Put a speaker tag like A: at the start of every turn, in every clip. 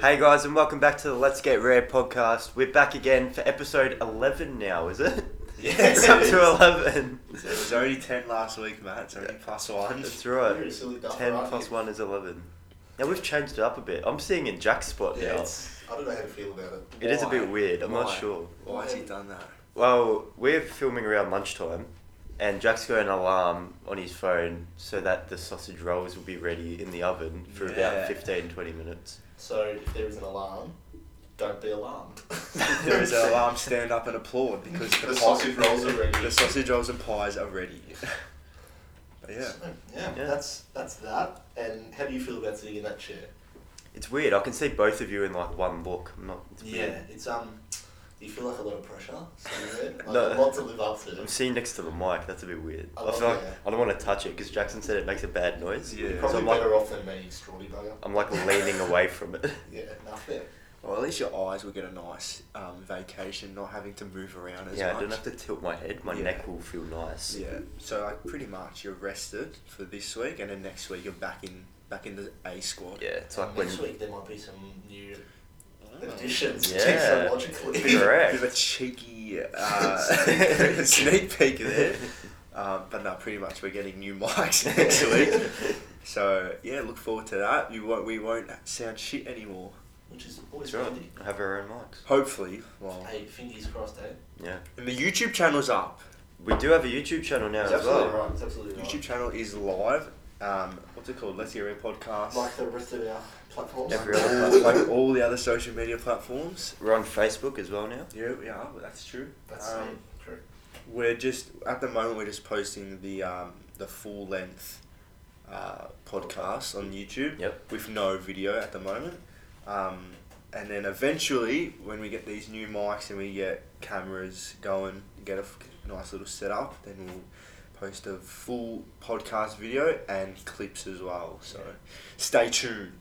A: Hey guys, and welcome back to the Let's Get Rare podcast. We're back again for episode 11 now, is it?
B: Yes,
A: it's up
B: it
A: to
B: is.
A: 11.
B: It was already 10 last week, Matt. It's already plus one.
A: That's
C: You're a
A: right.
C: silly duffer,
A: 10
C: aren't
A: plus
C: you?
A: 1 is 11. Now we've changed it up a bit. I'm seeing in Jack's spot
B: Yeah,
A: now.
B: it's-
C: I don't know how to feel about it.
A: It is a bit
B: Why?
A: weird, I'm not
B: Why?
A: sure.
B: Why has he done that?
A: Well, we're filming around lunchtime, and Jack's got an alarm on his phone so that the sausage rolls will be ready in the oven for
B: Yeah.
A: about 15 20 minutes.
C: So if there is an alarm, don't be alarmed.
B: There is an alarm stand up and applaud because the,
C: The
B: pie-
C: sausage rolls are ready.
B: The sausage rolls and pies are ready. but yeah.
C: So, yeah,
A: Yeah.
C: that's that's that. And how do you feel about sitting in that chair?
A: It's weird, I can see both of you in like one look. I'm not, it's weird.
C: Yeah, it's um. Do you feel like a lot of pressure? sitting there? Like
A: No.
C: a lot to live up to.
A: I'm sitting next to the mic. That's a bit weird.
C: I
A: I,
C: love
A: feel like
C: that.
A: I don't want to touch it because Jackson said it makes a bad noise.
B: Yeah.
C: You're
A: So
C: probably
A: I'm like,
C: better off than me, strawberry bugger.
A: I'm like leaning away from it.
C: Yeah, nothing.
B: Well, at least your eyes will get a nice um, vacation, not having to move around as
A: yeah,
B: much.
A: I don't have to tilt my head. My
B: Yeah.
A: neck will feel nice.
B: Yeah. So like, pretty much you're rested for this week, and then next week you're back in back in the A squad.
A: Yeah, it's like when
C: Next week there might be some new Oh. additions.
A: Yeah.
C: Technologically.
A: Correct.
B: Mm. Bit of a cheeky uh, sneak peek there. Um, but no, pretty much we're getting new mics next week. So yeah, look forward to that. You won't, we won't sound shit anymore.
C: Which is
A: That's
C: always
A: right.
C: handy.
A: I have our own mics.
B: Hopefully, well,
C: Hey, fingers crossed, eh?
A: Yeah,
B: and the YouTube channel's up.
A: we do have a YouTube channel now
C: It's
A: as well.
C: absolutely right. It's absolutely right.
B: YouTube channel is live. Um, what's it called? Let's hear it podcast.
C: like the rest of our platforms.
A: Every other
B: all, like all the other social media platforms.
A: We're on Facebook as well now.
B: Yeah, we are. That's true.
C: That's um,
B: um,
C: true.
B: We're just at the moment we're just posting the um, the full length uh, podcast on YouTube.
A: Yep.
B: With no video at the moment, um, and then eventually when we get these new mics and we get cameras going, get a f- nice little setup, then we'll post a full podcast video and clips as well. So stay tuned.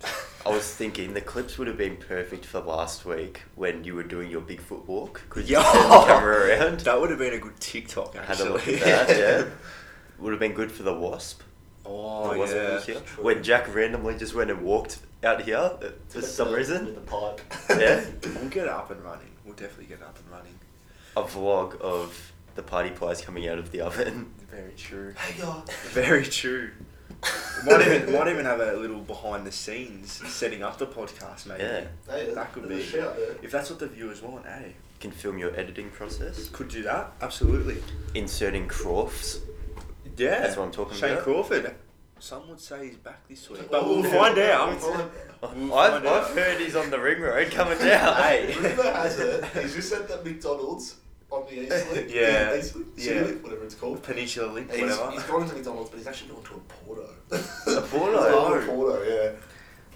A: I was thinking the clips would have been perfect for last week when you were doing your Bigfoot walk because you
B: Yo!
A: turned the camera around.
B: That would have been a good TikTok.
A: I had a
B: Actually.
A: look at that. Yeah, would have been good for the wasp.
B: Oh
A: It wasn't
B: yeah.
A: this year.
C: True.
A: When Jack randomly just went and walked out here uh, for
C: With
A: some
C: the-
A: reason.
C: With the pipe.
A: Yeah.
B: We'll get it up and running. We'll definitely get it up and running.
A: A vlog of the party pies coming out of the oven.
B: Very true.
C: hey, God.
B: Very true. might even might even have a little behind the scenes setting up the podcast maybe.
A: Yeah.
C: Hey,
B: That could
C: there's a
B: be.
C: Shout there.
B: If that's what the viewers want, eh?
A: Can film your editing process.
B: Could do that. Absolutely.
A: Inserting Crofts.
B: Yeah.
A: That's what I'm talking
B: Shane
A: about.
B: Crawford. Some would say he's back this week, Oh, but we'll
C: Ooh.
B: find out.
C: We'll find
B: We'll
A: Oh, I've,
B: find
A: I've
B: out.
A: heard he's on the ring road coming down.
B: Hey.
C: Rumor has it, he's just at the McDonald's on the East Link.
B: Yeah.
C: the East Link, City
B: Yeah.
C: Link, whatever it's called.
B: Peninsula Link,
C: And He's,
B: whatever.
C: he's gone into McDonald's, but he's actually gone to a Porto.
A: A Porto?
C: He's gone
B: Oh.
C: to a Porto, yeah.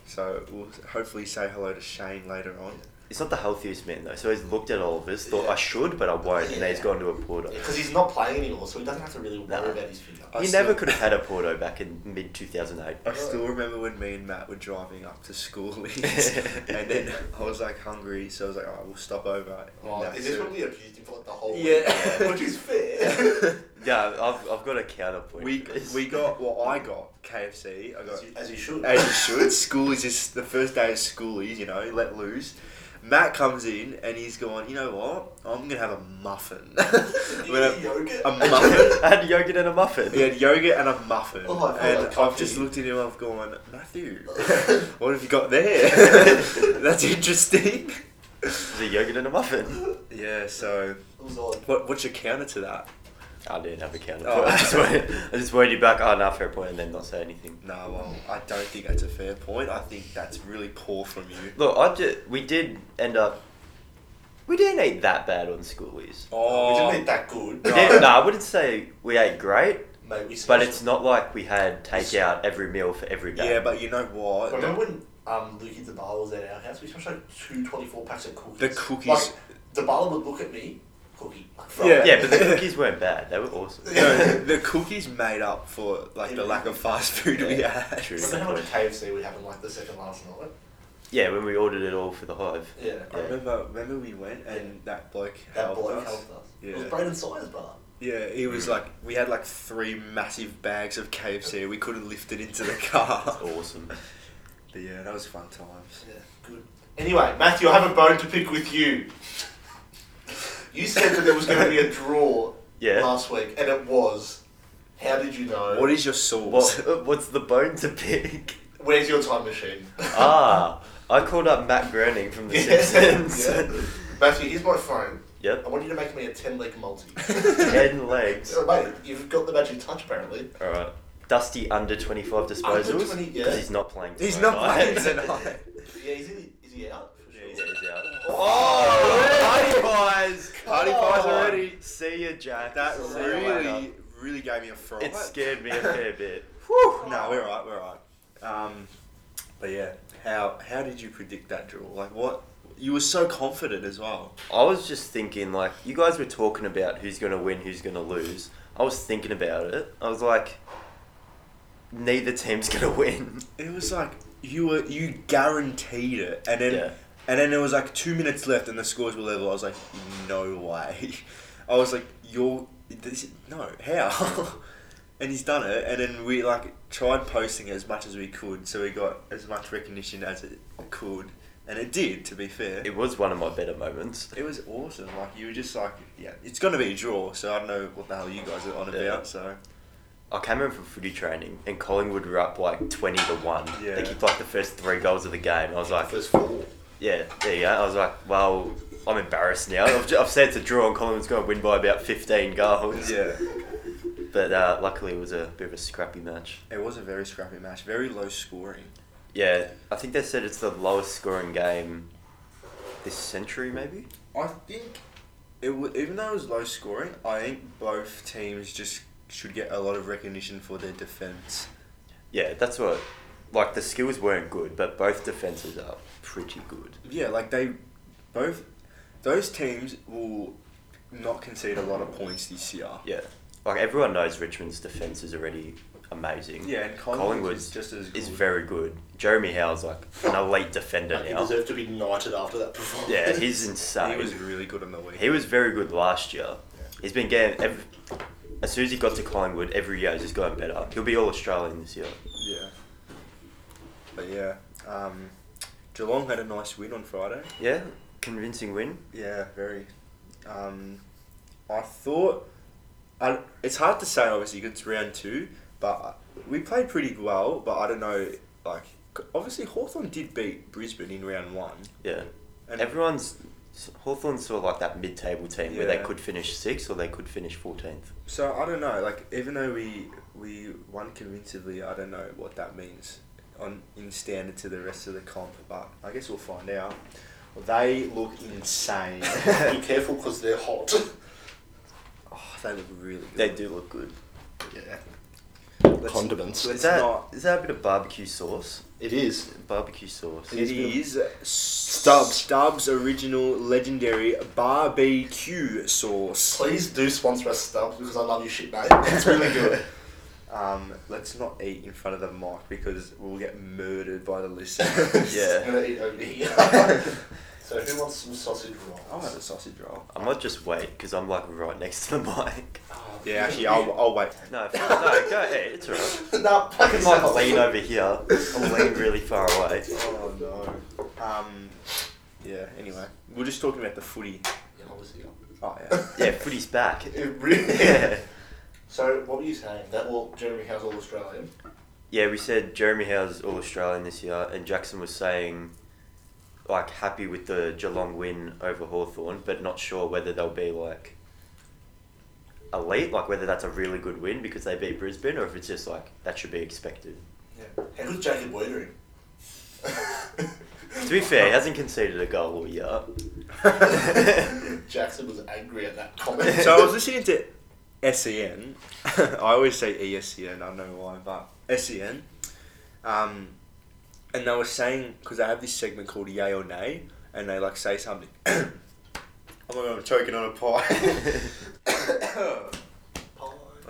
B: So we'll hopefully say hello to Shane later on.
A: He's not the healthiest man though, so he's looked at all of us, thought
C: Yeah.
A: I should, but I won't, and then he's
C: Yeah.
A: gone to a Porto.
C: Because he's not playing anymore, so he doesn't have to really worry
A: Nah.
C: about his figure.
B: I
A: He
B: still-
A: never could have had a Porto back in mid 2008.
B: I still remember when me and Matt were driving up to school, and then I was like hungry, so I was like, "Oh, we'll stop over."
C: Oh,
B: Matt
C: is this
B: said-
C: when we abused him for like the whole
B: Yeah.
C: week? Which is fair.
A: Yeah, I've, I've got a counterpoint.
B: we
A: for this.
B: we got well, I got KFC. I got
C: As you, as you should.
B: as you should. School is just the first day of school is you know let loose. Matt comes in and he's going, you know what? I'm gonna have a muffin. I'm gonna-
C: Yogurt?
B: a muffin.
A: I had yogurt and a muffin.
B: He had yogurt and a muffin.
C: Oh, I feel
B: and
C: like
B: I've
C: coffee.
B: just looked at him, I've gone, Matthew, what have you got there? That's interesting.
A: It was a yogurt and a muffin.
B: Yeah, so
C: It was odd.
B: what, what's your counter to that?
A: I didn't have a counterpoint.
B: Oh.
A: I just wanted, I just wanted you back. Oh, no, fair point, and then not say anything.
B: No, well, I don't think that's a fair point. I think that's really poor from you.
A: Look, I did, we did end up. We didn't eat that bad on schoolies.
C: we
B: Oh,
C: didn't eat that good.
A: We
B: No.
A: didn't- no, I wouldn't say we ate great,
C: Mate, we
A: but it's not like we had takeout every meal for every day.
B: yeah, but you know what?
C: Remember when um, Lukey DeBala was at our house? We smashed like two 24 packs of cookies.
B: The cookies-
C: Like, DeBala would look at me, cookie. Like, from-
B: Yeah.
A: Yeah, but the cookies weren't bad. They were awesome.
B: No, the cookies made up for like the lack of fast food we
A: Yeah,
B: had.
A: true.
C: Remember how much KFC we had in like the second last night?
A: Yeah, when we ordered it all for the hive.
C: Yeah.
B: I remember, remember we went and that bloke
C: That
B: helped
C: bloke
B: us.
C: helped us. It was
B: Yeah.
C: Braden Sawyer's brother.
B: Yeah, he
A: Mm.
B: was like, we had like three massive bags of KFC. We couldn't lift it into the car.
A: Awesome.
B: But yeah, that was fun times.
C: Yeah, good. Anyway, Matthew, I have a bone to pick with you. You said that there was going to be a draw
A: Yeah.
C: last week, and it was. How did you know?
B: What is your source?
A: What, what's the bone to pick?
C: Where's your time machine?
A: ah, I called up Matt Groening from The
C: Yeah,
A: Simpsons.
C: yeah. Matthew, here's my phone. I
A: yep,
C: want you to make me a 10 leg multi.
A: ten legs.
C: So, mate, you've got the magic touch apparently.
A: All right, Dusty under twenty five disposals
C: Under
A: because
C: 20, yeah.
A: he's not playing.
B: He's
A: tonight,
B: not
A: right?
B: playing tonight.
C: Yeah, is he, is he out? For
A: Yeah,
C: sure.
A: he's- he's out.
B: Oh,
A: Oh, party pies!
B: Party
C: Come
B: pies
C: on.
B: already.
A: See ya, Jack.
B: That
A: See ya
B: really,
A: later.
B: really gave me a fright.
A: It scared me a fair bit.
B: Whew, no, we're right, we're right. Um, but yeah, how how did you predict that draw? Like what? You were so confident as well.
A: I was just thinking, like, you guys were talking about who's going to win, who's going to lose. I was thinking about it. I was like, neither team's going to win.
B: It was like you were you guaranteed it, and then
A: Yeah.
B: and then there was like two minutes left, and the scores were level. I was like, no way. I was like, you're this, no how. And he's done it, and then we like tried posting it as much as we could, so we got as much recognition as it could, and it did. To be fair,
A: It was one of my better moments.
B: It was awesome. Like you were just like, yeah, it's gonna be a draw. So I don't know what the hell you guys are on
A: Yeah.
B: about. So
A: I came in from footy training, and Collingwood were up like 20 to 1.
B: Yeah.
A: They kicked like the first three goals of the game. I was like,
C: First four.
A: yeah, there you go. I was like, well, I'm embarrassed now. I've, ju- I've said it's a draw, and Collingwood's going to win by about 15 goals.
B: yeah,
A: But uh, luckily, it was a bit of a scrappy match.
B: it was a very scrappy match, very low scoring.
A: Yeah, I think they said it's the lowest scoring game this century, maybe.
B: I think it wa even though it was low scoring, I think both teams just should get a lot of recognition for their defense.
A: Yeah, that's what. Like the skills weren't good, but both defenses are pretty good.
B: Yeah, like they both those teams will not concede a lot of points this year.
A: Yeah, like everyone knows Richmond's defense is already amazing.
B: Yeah, and Collingwood is just as good.
A: is very good. Jeremy Howe's like an elite defender
C: Like, he
A: now.
C: deserved to be knighted after that performance.
A: Yeah, he's insane.
B: he was really good on the week.
A: He was very good last year. He's been getting ev as soon as he got to Collingwood, every year he's just gotten better. He'll be all Australian this year.
B: Yeah. But yeah, um, Geelong had a nice win on Friday.
A: Yeah, convincing win.
B: Yeah, very. Um, I thought, I, it's hard to say obviously 'cause it's round two, but we played pretty well. But I don't know, like c- obviously Hawthorn did beat Brisbane in round one.
A: Yeah.
B: And
A: Everyone's Hawthorn's sort of like that mid-table team where they
B: Yeah.
A: could finish sixth or they could finish fourteenth.
B: so I don't know, like even though we we won convincingly, I don't know what that means on in standard to the rest of the comp. But I guess we'll find out. They look insane.
C: Be careful because they're hot.
B: Oh, they look really good.
A: They do look good.
C: yeah.
B: Let's-
C: Condiments.
B: Let's
A: Is that
B: not.
A: is that a bit of barbecue sauce?
C: It is.
A: Barbecue sauce.
B: It is Stubbs.
C: Stubbs.
B: Stubbs original legendary barbecue sauce.
C: Please do sponsor us, Stubbs, because I love your shit, mate. It's really good.
B: Um, let's not eat in front of the mic because we'll get murdered by the listeners.
A: Yeah.
C: I'm gonna eat over here. so who wants some sausage rolls?
B: I'll have a sausage roll.
A: I might just wait because I'm like right next to the mic.
C: Oh,
B: Yeah, actually, I'll, I'll wait.
A: No, no, go ahead. It's alright.
C: no,
A: I can like lean over here. I'm lean really far away.
B: Oh no. Um, yeah. Anyway, we're just talking about the footy.
C: Yeah, obviously.
B: Oh yeah.
A: Yeah, footy's back.
C: It really.
A: Yeah.
C: So what were you saying? That will Jeremy Howe's all Australian.
A: Yeah, we said Jeremy Howe's all Australian this year, and Jackson was saying, like, happy with the Geelong win over Hawthorn, but not sure whether they'll be, like, elite, like, whether that's a really good win because they beat Brisbane, or if it's just, like, that should be expected.
C: Yeah. How good's Jacob Weidering?
A: To be fair, he hasn't conceded a goal all year.
C: Jackson was angry at that comment.
B: so I was listening to SEN. I always say E ESEN. I don't know why, but SEN. Um, and they were saying because they have this segment called Yay or Nay, and they like say something. oh my god, I'm choking on a pie. I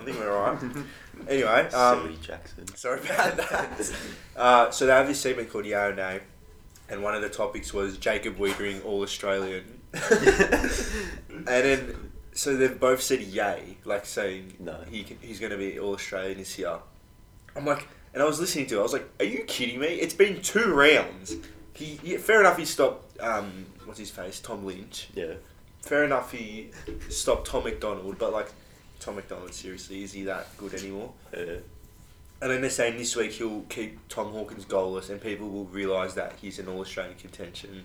B: think we're alright. Anyway, um,
A: Silly Jackson.
B: Sorry about that. uh, so they have this segment called Yeah or Nay, and one of the topics was Jacob Wiedering All Australian. and then, so they've both said yay, like saying
A: No.
B: he can, he's going to be All Australian this year. I'm like, and I was listening to it, I was like, are you kidding me? It's been two rounds. He yeah, fair enough. He stopped. Um, what's his face? Tom Lynch.
A: Yeah.
B: Fair enough. He stopped Tom McDonald, but like Tom McDonald, seriously, is he that good anymore?
A: Yeah. Oh,
B: And then they're saying this week he'll keep Tom Hawkins goalless, and people will realise that he's in All Australian contention.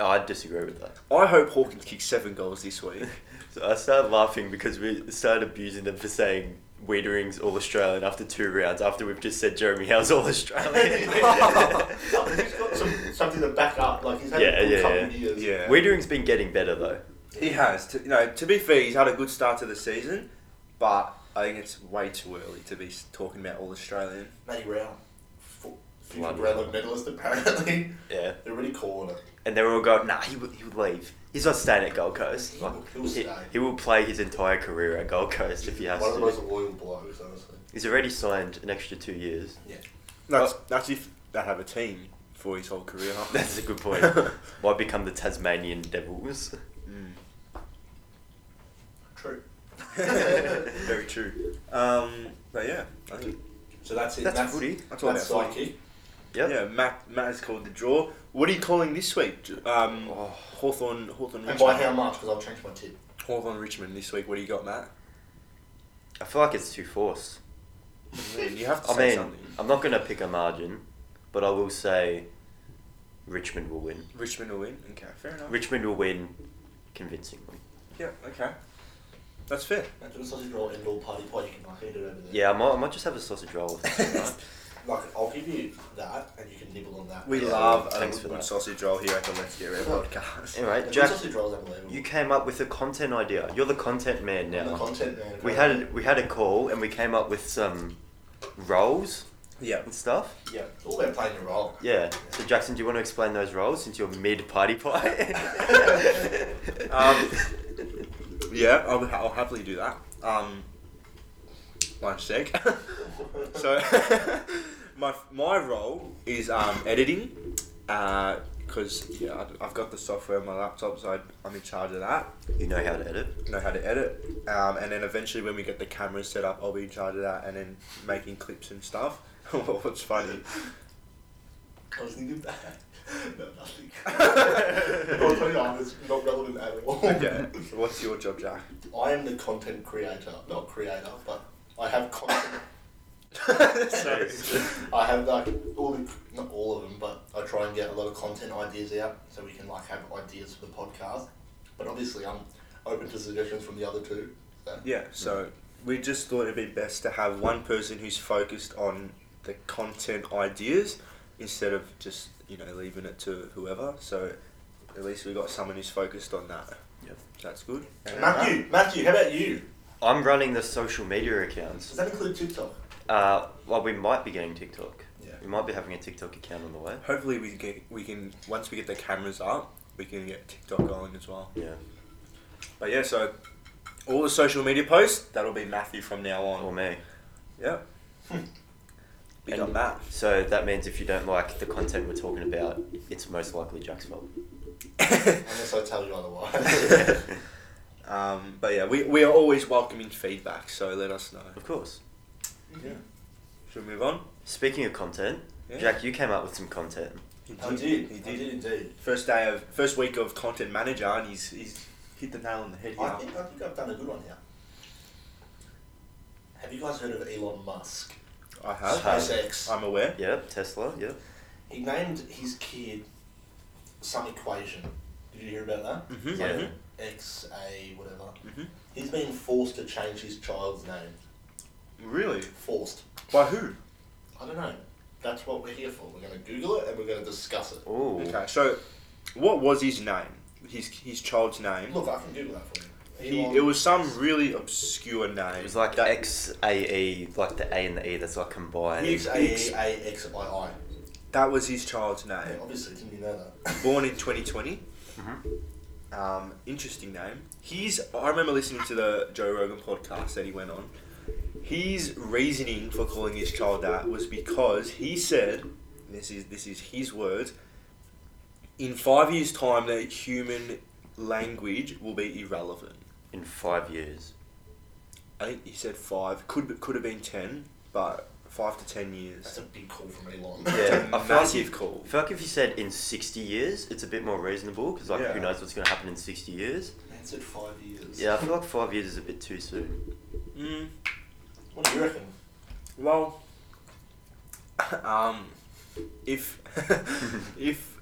A: Oh, I disagree with that.
B: I hope Hawkins kicks seven goals this week.
A: So I started laughing because we started abusing them for saying Weedering's All Australian after two rounds after we've just said Jeremy Howe's All Australian.
C: he's got some, something to back up. Like he's had
A: Yeah,
C: a good
A: yeah,
C: couple
A: yeah.
C: of years.
B: Yeah.
A: Weedering's been getting better though.
B: He has. To, you know, to be fair, he's had a good start to the season, but I think it's way too early to be s- talking about all Australian.
C: Matty Brown, fu- future
A: Bloody
C: Brown
A: hell.
C: medalist apparently.
A: Yeah.
C: They're really calling it.
A: And they were all going, nah, he would, he would leave. He's not staying at Gold Coast.
C: He will-
A: Like,
C: he'll
A: he,
C: stay.
A: he will play his entire career at Gold Coast if he has
C: One of the most
A: to.
C: loyal blokes, honestly.
A: He's already signed an extra two years.
B: That's that's if they have a team for his whole career.
A: That's a good point. Why become the Tasmanian Devils?
B: Mm.
C: True.
B: Very true. Um, but yeah, I think
C: So that's it.
A: That's footy.
B: that's all
C: That's
B: about footy.
C: psyche.
A: Yep.
B: Yeah, Matt, Matt has called the draw. What are you calling this week? J- Um,
A: Oh.
B: Hawthorn, Hawthorn,
A: Mm-hmm.
C: And by
B: Richmond.
C: how much? Because I've changed my tip.
B: Hawthorn, Richmond this week. What do you got, Matt?
A: I feel like it's too forced.
B: I mean, you have to
A: I
B: say
A: mean,
B: something.
A: I'm not going to pick a margin, but I will say Richmond will win.
B: Richmond will win. Okay, fair enough.
A: Richmond will win convincingly.
B: yeah, okay, that's fair.
C: That's a sausage roll and all party pie. You can like eat it over there.
A: Yeah, I might, I might just have a sausage roll. With that tonight.
C: Like I'll give you that, and you can nibble on that.
B: We
A: Yeah,
B: love a
A: thanks for
B: good
A: that.
B: sausage roll here at the Let's Get Red
C: Oh.
B: podcast.
C: The
A: anyway,
C: good
A: Jack,
C: sausage rolls unbelievable.
A: you came up with a content idea. You're the content man
C: I'm the
A: now.
C: content man.
A: We had a, we had a call and we came up with some roles
B: Yeah.
A: and stuff.
C: Yeah, it's all about playing your role.
A: Yeah. So Jackson, do you want to explain those roles since you're mid party pie?
B: Um, yeah, I'll, I'll happily do that. Um, one sec. so, my, my role is um, editing, because yeah, I- I've got the software on my laptop, so I- I'm in charge of that.
A: you know how to edit.
B: know how to edit. Um, and then eventually, when we get the cameras set up, I'll be in charge of that and then making clips and stuff. What's funny?
C: I was thinking that. No, nothing. I'll tell you that, it's not relevant at all.
B: Okay. What's your job, Jack?
C: I am the content creator, not creator, but I have content.
B: Sorry.
C: I have like all the not all of them, but I try and get a lot of content ideas out so we can like have ideas for the podcast. But obviously, I'm open to suggestions from the other two. So.
B: Yeah, so we just thought it'd be best to have one person who's focused on the content ideas instead of just, you know, leaving it to whoever. So at least we got someone who's focused on that.
A: Yep.
B: That's good. And uh,
C: Matthew, Matthew, how about you?
A: I'm running the social media accounts.
C: Does that include TikTok?
A: Uh, well, we might be getting TikTok.
C: Yeah.
A: We might be having a TikTok account on the way.
B: Hopefully we can get, we can once we get the cameras up, we can get TikTok going as well.
A: Yeah.
B: But yeah, so all the social media posts that'll be Matthew from now
A: Or
B: on.
A: me.
B: Yep. We got
A: And-
B: Matt.
A: So that means if you don't like the content we're talking about, it's most likely Jack's fault.
C: Unless I tell you otherwise.
B: um, but yeah, we, we are always welcoming feedback, so let us know.
A: Of course.
C: yeah.
B: Should we move on?
A: Speaking of content,
B: Yeah.
A: Jack, you came up with some content.
B: He
C: I did.
B: He
C: I
B: did.
C: did indeed.
B: First day of first week of content manager, and he's he's hit the nail on the head
C: I
B: here.
C: think, I think I've done a good one here. Have you guys heard of Elon Musk?
B: I have.
A: Have.
C: SpaceX.
B: I'm aware.
A: Yep, Tesla, yep.
C: He named his kid some equation. Did you hear about that?
B: Mm-hmm.
A: Yeah.
B: Mhm.
C: X, A, whatever.
B: Mhm.
C: He's been forced to change his child's name.
B: Really?
C: Forced.
B: By who?
C: I don't know. That's what we're here for. We're going to Google it and we're going to discuss it.
A: Ooh.
B: Mm-hmm. Okay, so what was his name? His his child's name.
C: Look, I can Google that for you.
B: He,
C: Elon-
B: it was some really obscure name.
A: It was like
B: that-
A: X A E, like the A and the E that's like combined.
C: X, A, E, A, X, I, I.
B: That was his child's
C: Yeah,
B: name.
C: obviously, didn't you know that?
B: Born in 2020.
A: Mhm.
B: Um, interesting name. He's. I remember listening to the Joe Rogan podcast that he went on. His reasoning for calling his child that was because he said, "This is this is his words." In five years' time, the human language will be irrelevant.
A: In five years.
B: I think he said five. Could could have been ten, but five to ten years.
C: That's a big call from Elon.
A: Yeah.
B: That's a
A: I feel like
B: massive
A: you-
B: call.
A: I feel like if you said in 60 years, it's a bit more reasonable because like
B: Yeah.
A: who knows what's going to happen in 60 years.
C: Man said five years.
A: Yeah, I feel like five years is a bit too soon.
B: Mm,
C: What do you reckon?
B: well, um, if if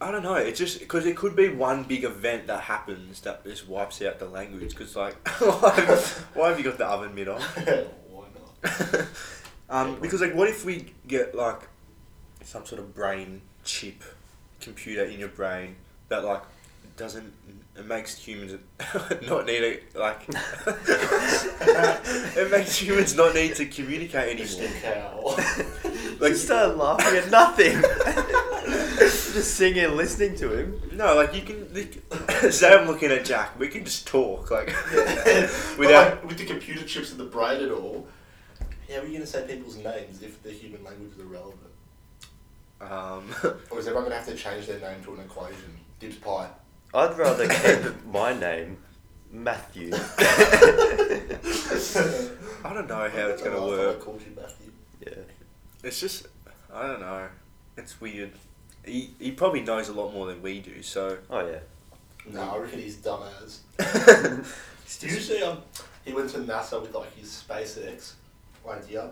B: I don't know, it's just because it could be one big event that happens that just wipes out the language. Because like, why, have, why have you got the oven mitt on?
C: Why not?
B: um, because like, what if we get like some sort of brain chip computer in your brain that like doesn't it makes humans not need it like it makes humans not need to communicate
C: Just a
B: anymore.
C: cow.
B: Like-
A: Like start laughing at nothing. Just sitting here listening to him.
B: No, like you can. Like, say I'm looking at Jack. We can just talk like without.
C: Without with the computer chips in the brain at all. Yeah, were you gonna say people's names if the human language is irrelevant?
B: Um,
C: Or is everyone gonna have to change their name to an equation? Dibs pie.
A: I'd rather keep my name, Matthew.
B: I don't know how it's gonna
C: Last time
B: work.
C: I called you Matthew.
A: yeah.
B: It's just, I don't know. It's weird. He, he probably knows a lot more than we do, so.
A: Oh yeah.
C: No, I reckon he's dumb as.
B: Hmm. It's
C: Did you
B: just-
C: see um, he went to NASA with like his SpaceX idea,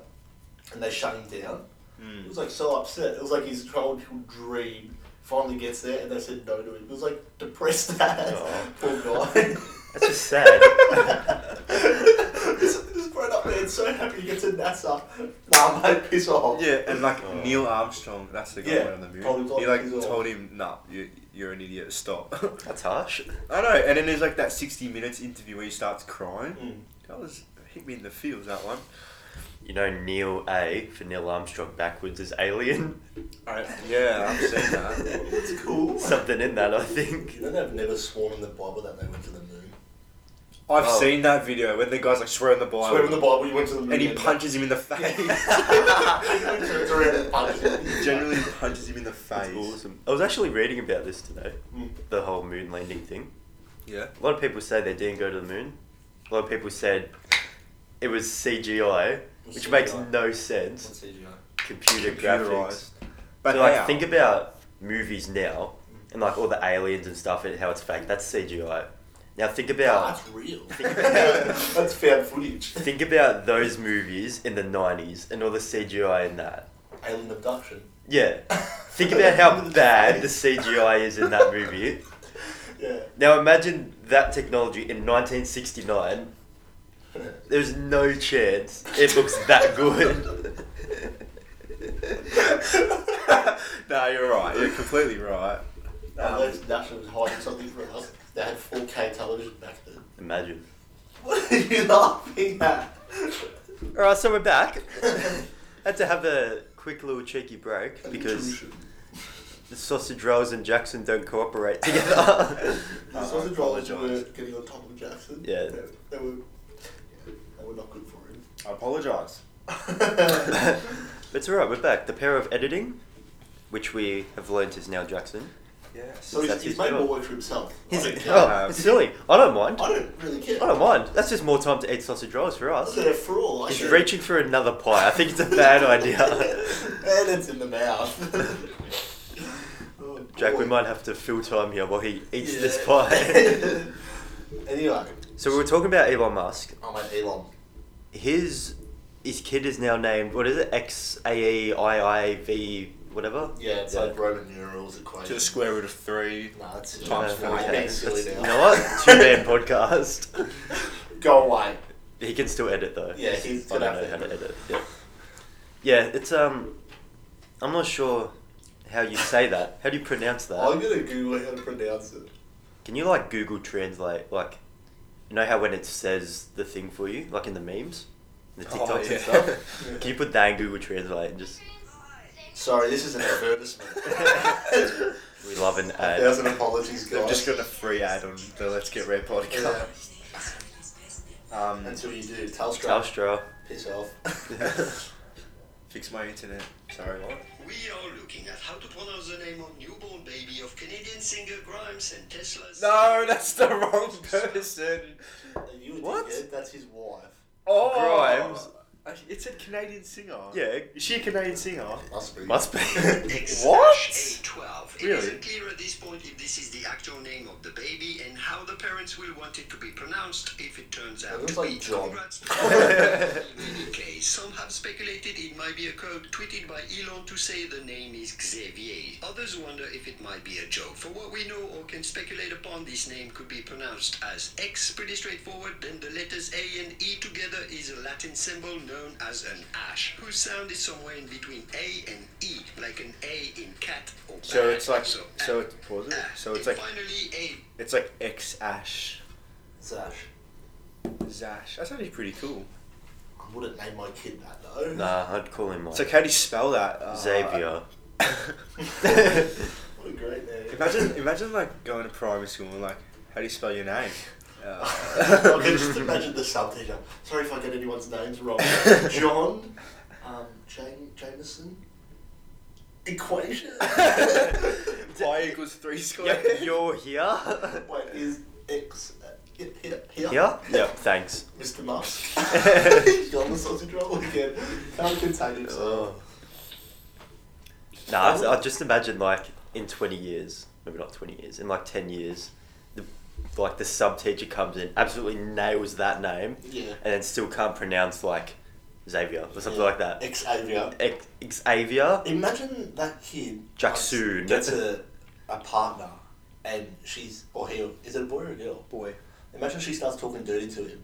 C: and they shut him down. He
B: Mm.
C: was like so upset. It was like his childhood dream finally gets there, and they said no to him. He was like depressed as
A: Aw.
C: poor guy.
A: That's just sad.
C: this, this grown up man's so happy he gets to NASA. Nah, mate, piss off.
B: Yeah, and like
A: Oh.
B: Uh, Neil Armstrong, that's the guy
C: Yeah,
B: on the
C: told him
B: moon.
C: to
B: He like
C: fuck off.
B: told him, "Nah, you, you're an idiot. Stop."
A: That's harsh.
B: I know. And then there's like that 60 minutes interview where he starts crying.
C: Mm.
B: That was hit me in the feels. That one.
A: You know, Neil A for Neil Armstrong backwards is alien.
B: Yeah, I've seen that.
C: It's cool.
A: Something in that, I think.
C: You know they've never sworn in the Bible that they went to the moon.
B: I've
A: Oh.
B: seen that video when the guy's like swearing the Bible,
C: Swear in the Bible you went to the moon.
B: and he punches him in the face.
C: Turns around and punches him.
B: Generally punches him in the face.
A: That's awesome. I was actually reading about this today,
C: Mm.
A: the whole moon landing thing.
B: Yeah.
A: A lot of people say they didn't go to the moon. A lot of people said it was CGI, which
C: What's
A: makes
C: CGI?
A: no sense.
C: What's CGI?
A: Computer graphics.
B: Computerized. But
A: so, like,
B: how?
A: think about movies now and like all the aliens and stuff and how it's fake. That's CGI. Now think
C: Nah,
A: about
C: That's real.
A: Think about-
C: That's found footage.
A: think about those movies in the '90s and all the CGI in that.
C: Alien abduction.
A: Yeah. Think about how bad the CGI is in that movie.
C: Yeah.
A: Now imagine that technology in 1969. There's no chance it looks that good.
B: no, you're right. You're completely right.
C: Now, those National was hiding something from us. They had 4K television back then.
A: Imagine.
C: What are you laughing at?
A: Alright, so we're back. Had to have a quick little cheeky break because
C: Intrusion.
A: the sausage rolls and Jackson don't cooperate together.
C: the
B: I
C: sausage rolls were
B: apologise.
C: getting on top of Jackson.
A: Yeah.
C: They, they were. yeah, They were not good for him.
B: I apologise.
A: but it's alright, we're back. The power of editing, which we have learnt is now Jackson.
B: Yes.
C: so he's,
A: That's
C: he's
A: his
C: made
A: job.
C: more work for himself. I don't care.
A: oh, it's silly. I don't mind.
C: Um, I don't really care.
A: I don't mind. That's just more time to eat sausage rolls for us.
C: Look at it for all. I
A: He's
C: should-
A: reaching for another pie. I think it's a bad idea.
C: and it's in the mouth. Oh,
A: Jack, we
C: boy.
A: might have to fill time here while he eats
C: Yeah.
A: this pie.
C: anyway,
A: so we were talking about Elon Musk.
C: I'm at Elon.
A: His his kid is now named what is it? X A E I I V whatever.
C: Yeah, it's like Roman numerals equation.
B: To the square root of three.
C: Nah, that's
A: Yeah,
B: Times four.
C: I'm
A: okay.
C: being silly
A: That's-
C: now.
A: You know what? Two man podcast.
C: Go away.
A: He can still edit though.
C: Yeah, he's
A: I
C: gonna
A: don't know
C: have
A: how
C: to
A: to
C: edit.
A: edit. Yeah. yeah, it's um, I'm not sure how you say that. How do you pronounce that?
C: I'm gonna Google how to pronounce it.
A: Can you like Google Translate? Like, you know how when it says the thing for you, like in the memes, the
B: Oh,
A: TikToks
B: yeah.
A: and stuff. Can you put that in Google Translate and just
C: Sorry, this is an advertisement.
A: we love an
C: A
A: ad?
C: thousand apologies, guys.
B: They've just got a free ad on the Let's Get Red
C: yeah.
B: podcast. Um,
C: Until you do, Telstra,
A: Telstra.
C: piss off.
B: fix my internet. Sorry, what?
D: We are looking at how to pronounce the name of newborn baby of Canadian singer Grimes and Tesla's.
B: No, that's the wrong person.
C: You
A: What?
C: dickhead, That's his wife.
B: Oh,
A: Grimes.
B: I- It said Canadian singer.
A: Yeah.
B: Is she a Canadian singer?
C: Must be.
A: Must be.
B: What?
D: A12. It
B: Really?
D: isn't clear at this point if this is the actual name of the baby and how the parents will want it to be pronounced if it turns out
C: looks
D: to
C: like
D: be.
C: John.
D: Congrats to in any case, some have speculated it might be a code tweeted by Elon to say the name is Xavier. Others wonder if it might be a joke. For what we know or can speculate upon, this name could be pronounced as X, pretty straightforward. Then the letters A and E together is a Latin symbol known as an ash, whose sound is somewhere in between A and E, like an A in cat or
B: So
D: bat.
B: it's like
D: So,
B: so.
D: a-
B: It, pause it.
D: ash.
B: So it's
D: And
B: like
D: finally a
B: it's like X Ash
C: Zash.
B: Zash. That's actually pretty cool.
C: I wouldn't name my kid that though.
A: Nah, I'd call him like
B: So how do you spell that? Uh,
A: Xavier.
C: What a great name.
B: imagine, imagine like going to primary school and like, how do you spell your name?
C: I can
B: Uh,
C: just imagine the subtitle. Sorry if I get anyone's names wrong. John, um, Jane, Jameson, equation.
B: Y equals three squared.
A: Yep, you're here.
C: Wait, is X uh, here? Here? here?
A: Here? Yep, thanks.
C: Mr. Musk. He's got the sausage roll again. Can't contain himself.
A: Nah, I, I just imagine like in twenty years, maybe not twenty years, in like ten years, the like the sub teacher comes in, absolutely nails that name,
C: Yeah.
A: and then still can't pronounce like Xavier or something
C: Yeah.
A: like that.
C: Xavier.
A: Ex- Xavier.
C: Imagine that kid
A: Jacksoon.
C: gets a, a partner and she's, or he, is it a boy or a girl?
B: Boy.
C: Imagine she starts talking dirty to him.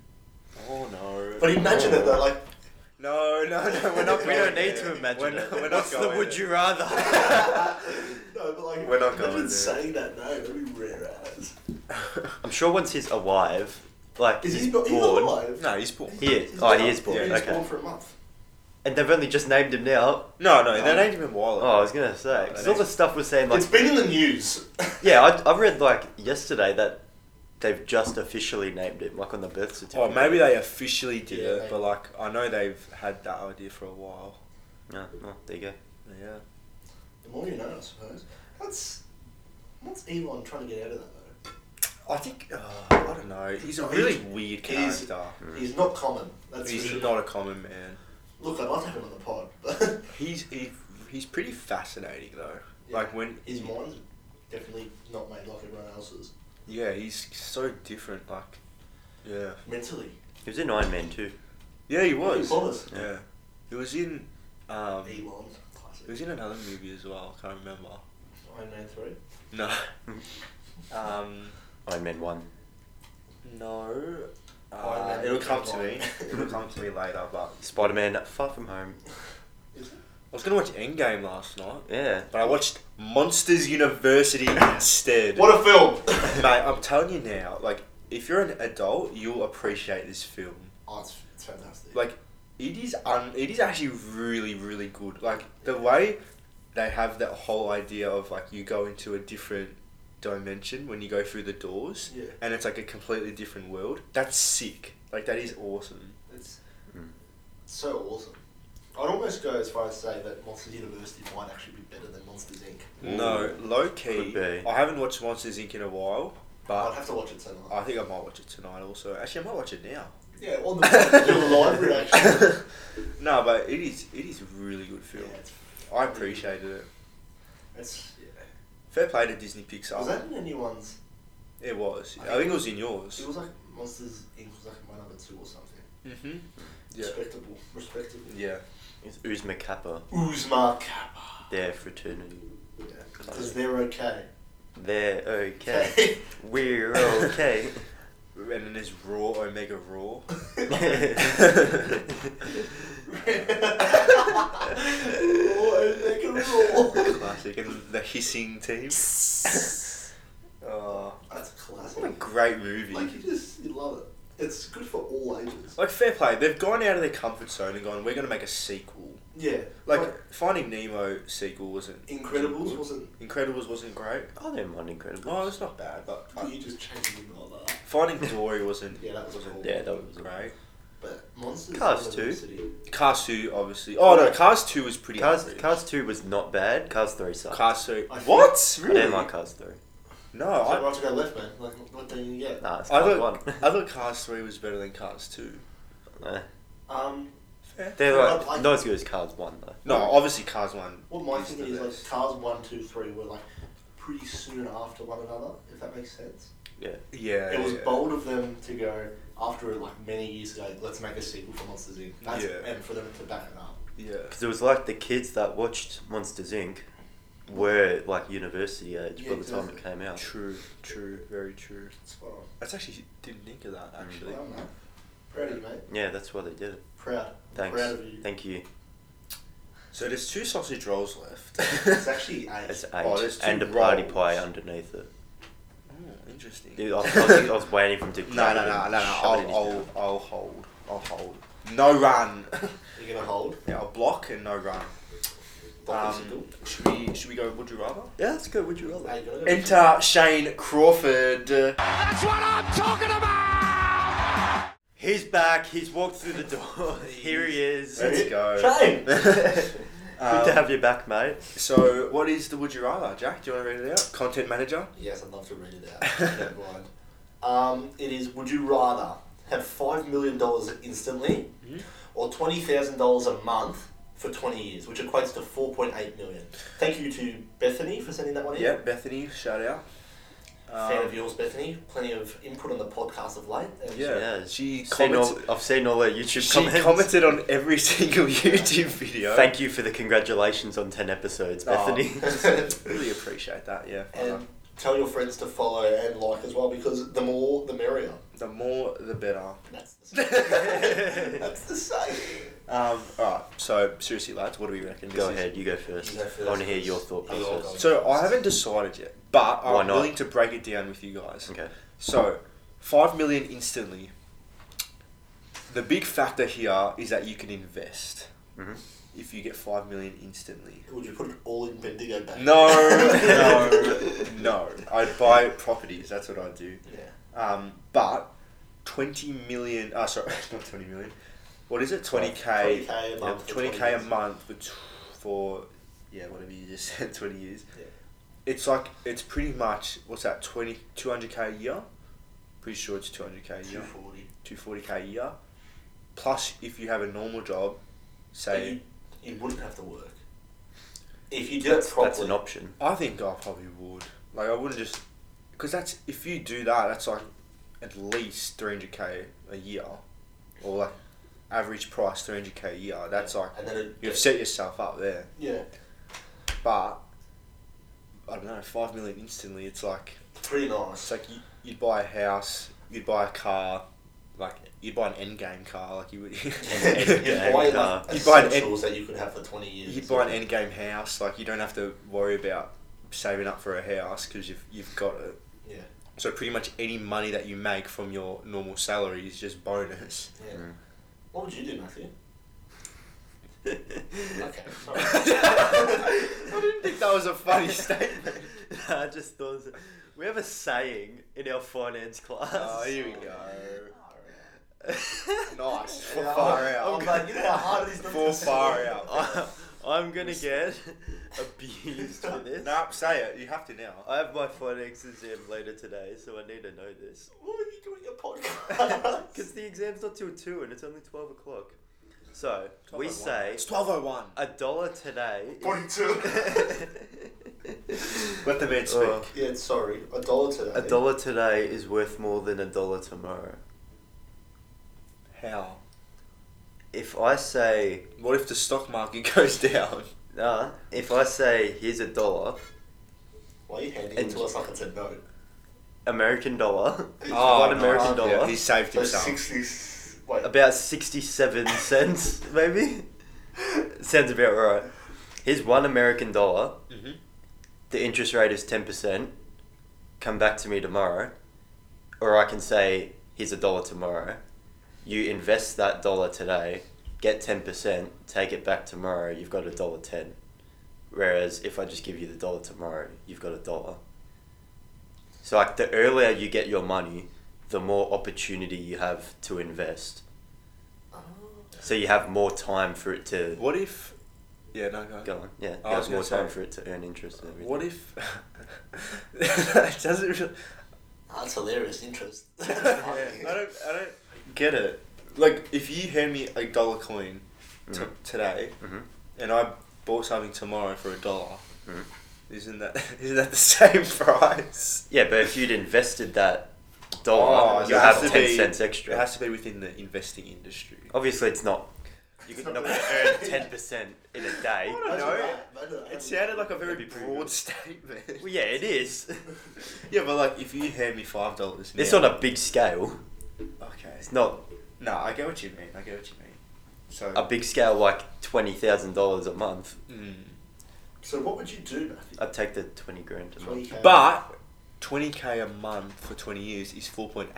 B: Oh no.
C: But imagine it though, like,
B: No, no, no. We're not.
A: we don't
B: going
A: need
B: there.
A: to imagine
B: We're
A: it.
B: not, we're
A: What's
B: not going
A: the would
B: there.
A: you rather?
C: no, but like,
B: We're not
C: imagine
B: going there.
C: saying that name, that'd be rare as.
A: I'm sure once he's alive, like
C: Is
A: he's
C: he not, he's
A: born,
C: not alive?
B: No, he's born.
A: He is.
C: He's
A: Oh,
C: not-
A: he is born.
C: Yeah, he's
A: okay.
C: born for a month.
A: and they've only just named him now.
B: No, no, they named him in Wiley.
A: Oh, I was gonna say because all the stuff was saying like
C: It's been in the news.
A: Yeah, I, I read like yesterday that they've just officially named him, like on the birth
B: Oh,
A: certificate.
B: maybe they officially did
C: Yeah,
B: it,
C: they-
B: but like I know they've had that idea for a while.
A: Yeah, Ah, well, there you go.
B: Yeah.
C: The more you know, I suppose. That's what's Elon trying to get out of that though.
B: I think uh, I don't know. He's a really weird
C: he's-
B: character.
C: He's not common. That's
B: Hmm. He's,
C: for sure.
B: not a common man.
C: Look, I'd like to have him on the pod, but
B: He's he, he's pretty fascinating though.
C: Yeah.
B: Like when
C: his mind's definitely not made like everyone else's.
B: yeah, he's so different. Like yeah,
C: Mentally,
A: He was in Iron Man too.
B: yeah, he was.
C: was. He was.
B: Yeah, he was in um, he
C: Elon, classic.
B: was in another movie as well. I can't remember.
C: Iron Man three.
B: No. um.
A: Iron Man one.
B: No.
C: Iron
B: Uh,
C: Man
B: it'll come to
C: Iron
B: me.
C: Man.
B: it'll come to me later. But
A: Spider Man Far From Home.
C: Is it?
B: I was gonna watch Endgame last night,
A: Yeah.
B: but I watched Monsters University instead.
C: What a film!
B: Mate, I'm telling you now, like, if you're an adult, you'll appreciate this film.
C: oh, it's, it's fantastic.
B: Like, it is un- it is actually really, really good. Like, the way they have that whole idea of, like, you go into a different dimension when you go through the doors,
C: Yeah.
B: and it's, like, a completely different world. That's sick. Like, that is awesome.
C: it's
A: Mm.
C: so awesome. I'd almost go as far as say that Monsters University might actually be better than Monsters Inc.
B: no, low
A: Could
B: key.
A: be.
B: I haven't watched Monsters Inc. in a while,
C: I'd
B: but
C: have to watch it tonight.
B: Uh, I think I might watch it tonight also. Actually, I might watch it now.
C: yeah, on the do a live reaction.
B: no, but it is it is a really good
C: Yeah,
B: film.
C: it's,
B: I appreciated it.
C: it's yeah.
B: Fair play to Disney Pixar.
C: Was that in anyone's?
B: It was.
C: I
B: I
C: think-
B: think it was in yours.
C: It was like Monsters Inc. was like my number two or something.
B: Mm-hmm. Yeah.
C: Respectable, respectable.
B: Yeah.
A: It's Uzma Kappa.
C: Uzma Kappa.
A: Their fraternity.
C: Because they're okay.
A: They're okay. We're okay.
B: And then there's Raw Omega Raw.
C: oh, they can roll.
B: Classic. And the hissing team. oh,
C: That's
B: what a
C: classic.
B: great movie.
C: Like you just you love it. It's good for all ages.
B: Like fair play, they've gone out of their comfort zone and gone. We're gonna make a sequel.
C: Yeah.
B: Like Finding Nemo sequel wasn't
C: Incredibles wasn't.
B: Incredibles wasn't great.
A: I don't mind Incredibles.
B: Oh, it's not bad, but uh,
C: You just changed it all that.
B: Finding Dory wasn't.
C: Yeah, that was
B: wasn't
C: cool.
A: yeah, that was
B: great.
C: But Monsters
A: Cars two.
C: University.
B: Cars two, obviously. Oh no, Cars two was pretty.
A: Cars,
B: average.
A: Cars 2 was not bad. Cars 3 sucked.
B: Cars two.
C: I-
B: What?
A: I
B: Really?
A: didn't like Cars 3.
B: No,
C: So I
B: Oh, I,
C: have to go left, man. Like what do you get?
A: Nah, it's
B: I
A: Cars
B: thought
A: 1.
B: I thought Cars three was better than Cars two.
A: Nah.
C: Um,
A: They're
C: Yeah,
A: like,
C: I-
A: not as good as Cars 1, though.
B: No, obviously Cars One.
C: What my
B: is the
C: thinking is
B: best.
C: like cars one, two, three were like pretty soon after one another, if that makes sense.
A: Yeah.
B: Yeah.
C: it was
B: yeah.
C: bold of them to go after like many years ago. Let's make a sequel for Monsters Inc. That's,
B: Yeah.
C: and for them to back it up.
B: Yeah.
A: Because it was like the kids that watched Monsters Inc. were like university age
C: Yeah,
A: by the time it
C: exactly.
A: came out.
B: True. True. Very true.
C: Spot on.
B: That's actually didn't think
A: Mm.
B: of that actually.
C: Well, man. Proud of you, mate.
A: Yeah, that's why they did it.
C: Proud.
A: Thanks.
C: Proud of you.
A: Thank you.
B: So there's two sausage rolls left.
C: It's actually eight.
A: It's eight
B: Oh, there's two
A: and a party
B: rolls.
A: pie underneath it.
B: Oh, interesting.
A: Dude, I was- I was- I was waiting for him to
B: No,
A: grab
B: no,
A: it
B: no, no,
A: and
B: no.
A: shove it in
B: I'll,
A: his
B: I'll,
A: mouth.
B: I'll hold. I'll hold. No run.
C: You're gonna hold.
B: yeah, I'll block and no run.
C: Block
B: Um,
C: is cool.
B: should we should we go? Would you rather?
A: Yeah, let's go. Would you
C: Hey,
A: rather?
C: you gotta go.
B: Enter Shane Crawford.
A: He's back. He's walked through the door. Here he is.
B: Let's
A: Good
B: go.
C: Shane!
A: to
B: Um,
A: have you back, mate.
B: so, what is the would you rather, Jack? Do you want to read it out? Content manager.
C: Yes, I'd love to read it out. Never mind. Um, it is Would you rather have $5 million instantly
B: Mm-hmm.
C: or $20,000 a month for 20 years, which equates to $4.8 million? Thank you to Bethany for sending that one in.
B: Yeah, Bethany. Shout out. Um,
C: Fan of yours, Bethany. Plenty of input on the podcast of late. And
B: Yeah.
A: she
B: she
A: seen all,
B: commented-
A: I've seen all her YouTube
B: She
A: comments.
B: commented on every single YouTube video.
A: Thank you for the congratulations on 10 episodes,
B: Oh.
A: Bethany.
B: Really appreciate that. Yeah.
C: and tell your friends to follow and like as well because the more, the merrier.
B: the more, the better.
C: That's the saying. That's the saying.
B: Um, alright, so seriously, lads, what do we reckon?
A: Go
B: this is?
A: ahead, you go first.
C: You go first.
A: I want to hear your thought
C: You all
A: process.
B: So I haven't decided yet, but
A: Why
B: I'm
A: not?
B: willing to break it down with you guys.
A: Okay.
B: So, five million instantly. The big factor here is that you can invest
A: Mhm.
B: if you get five million instantly.
C: Would you put it all in Bendigo Bank?
B: No, no, no. I'd buy properties. That's what I'd do.
C: Yeah.
B: Um, but twenty million. Ah, sorry, not twenty million. What is it? Twenty k.
C: 20k a month. for
B: Twenty k a
C: 20 years.
B: month for, t- for yeah, whatever you just said, twenty years.
C: Yeah.
B: It's like it's pretty much what's that 20, 200 k a year. Pretty sure it's two hundred k a year,
C: 240.
B: two forty k a year. Plus, if you have a normal job,
C: But
B: say
C: you, you wouldn't have to work. If you did it
A: That's,
C: properly.
A: that's an option.
B: I think I probably would. Like I wouldn't just because that's if you do that, that's like at least three hundred k a year, or like average price three hundred k a year. That's like
C: And then it,
B: you've set yourself up there.
C: Yeah.
B: But I don't know, five million instantly. It's like
C: Pretty nice.
B: it's like you, you'd buy a house, you'd buy a car, like you'd buy an end game car, like you would.
C: you
A: Yeah,
C: buy
A: and,
C: like
B: uh, you buy an
C: essentials that you could have for 20 years.
B: You'd buy an end game house, like you don't have to worry about saving up for a house because you've you've got it.
C: Yeah.
B: So pretty much any money that you make from your normal salary is just bonus.
C: yeah.
A: Mm.
C: What would you do, Matthew? Okay. sorry.
B: I didn't think that was a funny statement.
A: I just thought it was- we have a saying in our finance class.
B: Oh, here we go. Nice. For
C: Yeah,
B: far
C: I'm-
B: out.
C: I'm like, you know how hard it is not
B: For
C: to
B: far
C: say.
B: out.
A: I, I'm gonna get abused for this.
B: No, say it. You have to now.
A: I have my finance exam later today, so I need to know this.
C: What are you doing a podcast?
A: Because the exam's not till two, and it's only twelve o'clock. So we
B: 12:01.
A: say
B: It's 12.01.
A: a dollar today.
C: 42.
B: Let the man speak.
A: Oh.
C: yeah, sorry. A dollar today.
A: A dollar today is worth more than a dollar tomorrow.
B: How?
A: If I say,
B: What if the stock market goes down?
A: nah, if I say, here's a dollar,
C: Why are you handing
A: And-
C: it to us like it's a note?
A: American dollar,
B: Oh,
A: one American dollar,
B: he saved
C: So
B: himself.
C: 60. Wait.
A: about 67 cents, maybe? Sounds about right. Here's one American dollar,
B: Mhm.
A: the interest rate is 10%, come back to me tomorrow, or I can say, here's a dollar tomorrow. You invest that dollar today, get 10%, take it back tomorrow, you've got a dollar 10. Whereas if I just give you the dollar tomorrow, you've got a dollar. So like the earlier you get your money, the more opportunity you have to invest. So you have more time for it to
B: What if? Yeah, no, go.
A: go on. Yeah,
B: I
A: you
B: was
A: have more
B: gonna
A: time
B: say-
A: for it to earn interest. And everything.
B: What if? it doesn't really.
C: That's hilarious interest.
B: I don't. I don't get it. Like, if you hand me a dollar coin, t- today,
A: Mhm.
B: and I bought something tomorrow for a dollar,
A: Mhm.
B: isn't that isn't that the same price?
A: Yeah, but if you'd invested that dollar,
B: Oh,
A: you'll
B: it
A: have
B: has to
A: 10
B: be-
A: cents
B: It
A: extra. Oh,
B: has to be within the investing industry.
A: Obviously, it's not. You're not going to earn 10% in a day.
B: I don't know.
C: Imagine
B: It sounded like a very
A: That'd be pretty
B: broad
A: good.
B: statement.
A: Well, yeah, it is.
B: yeah, but like if you hand me five dollars,
A: It's on a big scale.
B: okay.
A: It's not
B: No, I get what you mean. I get what you mean. So
A: a big scale like $20,000 a month.
B: mm.
C: So what would you do, Matthew?
A: I'd take the 20 grand a month.
C: 20K?
B: But 20k a month for 20 years is 4.8.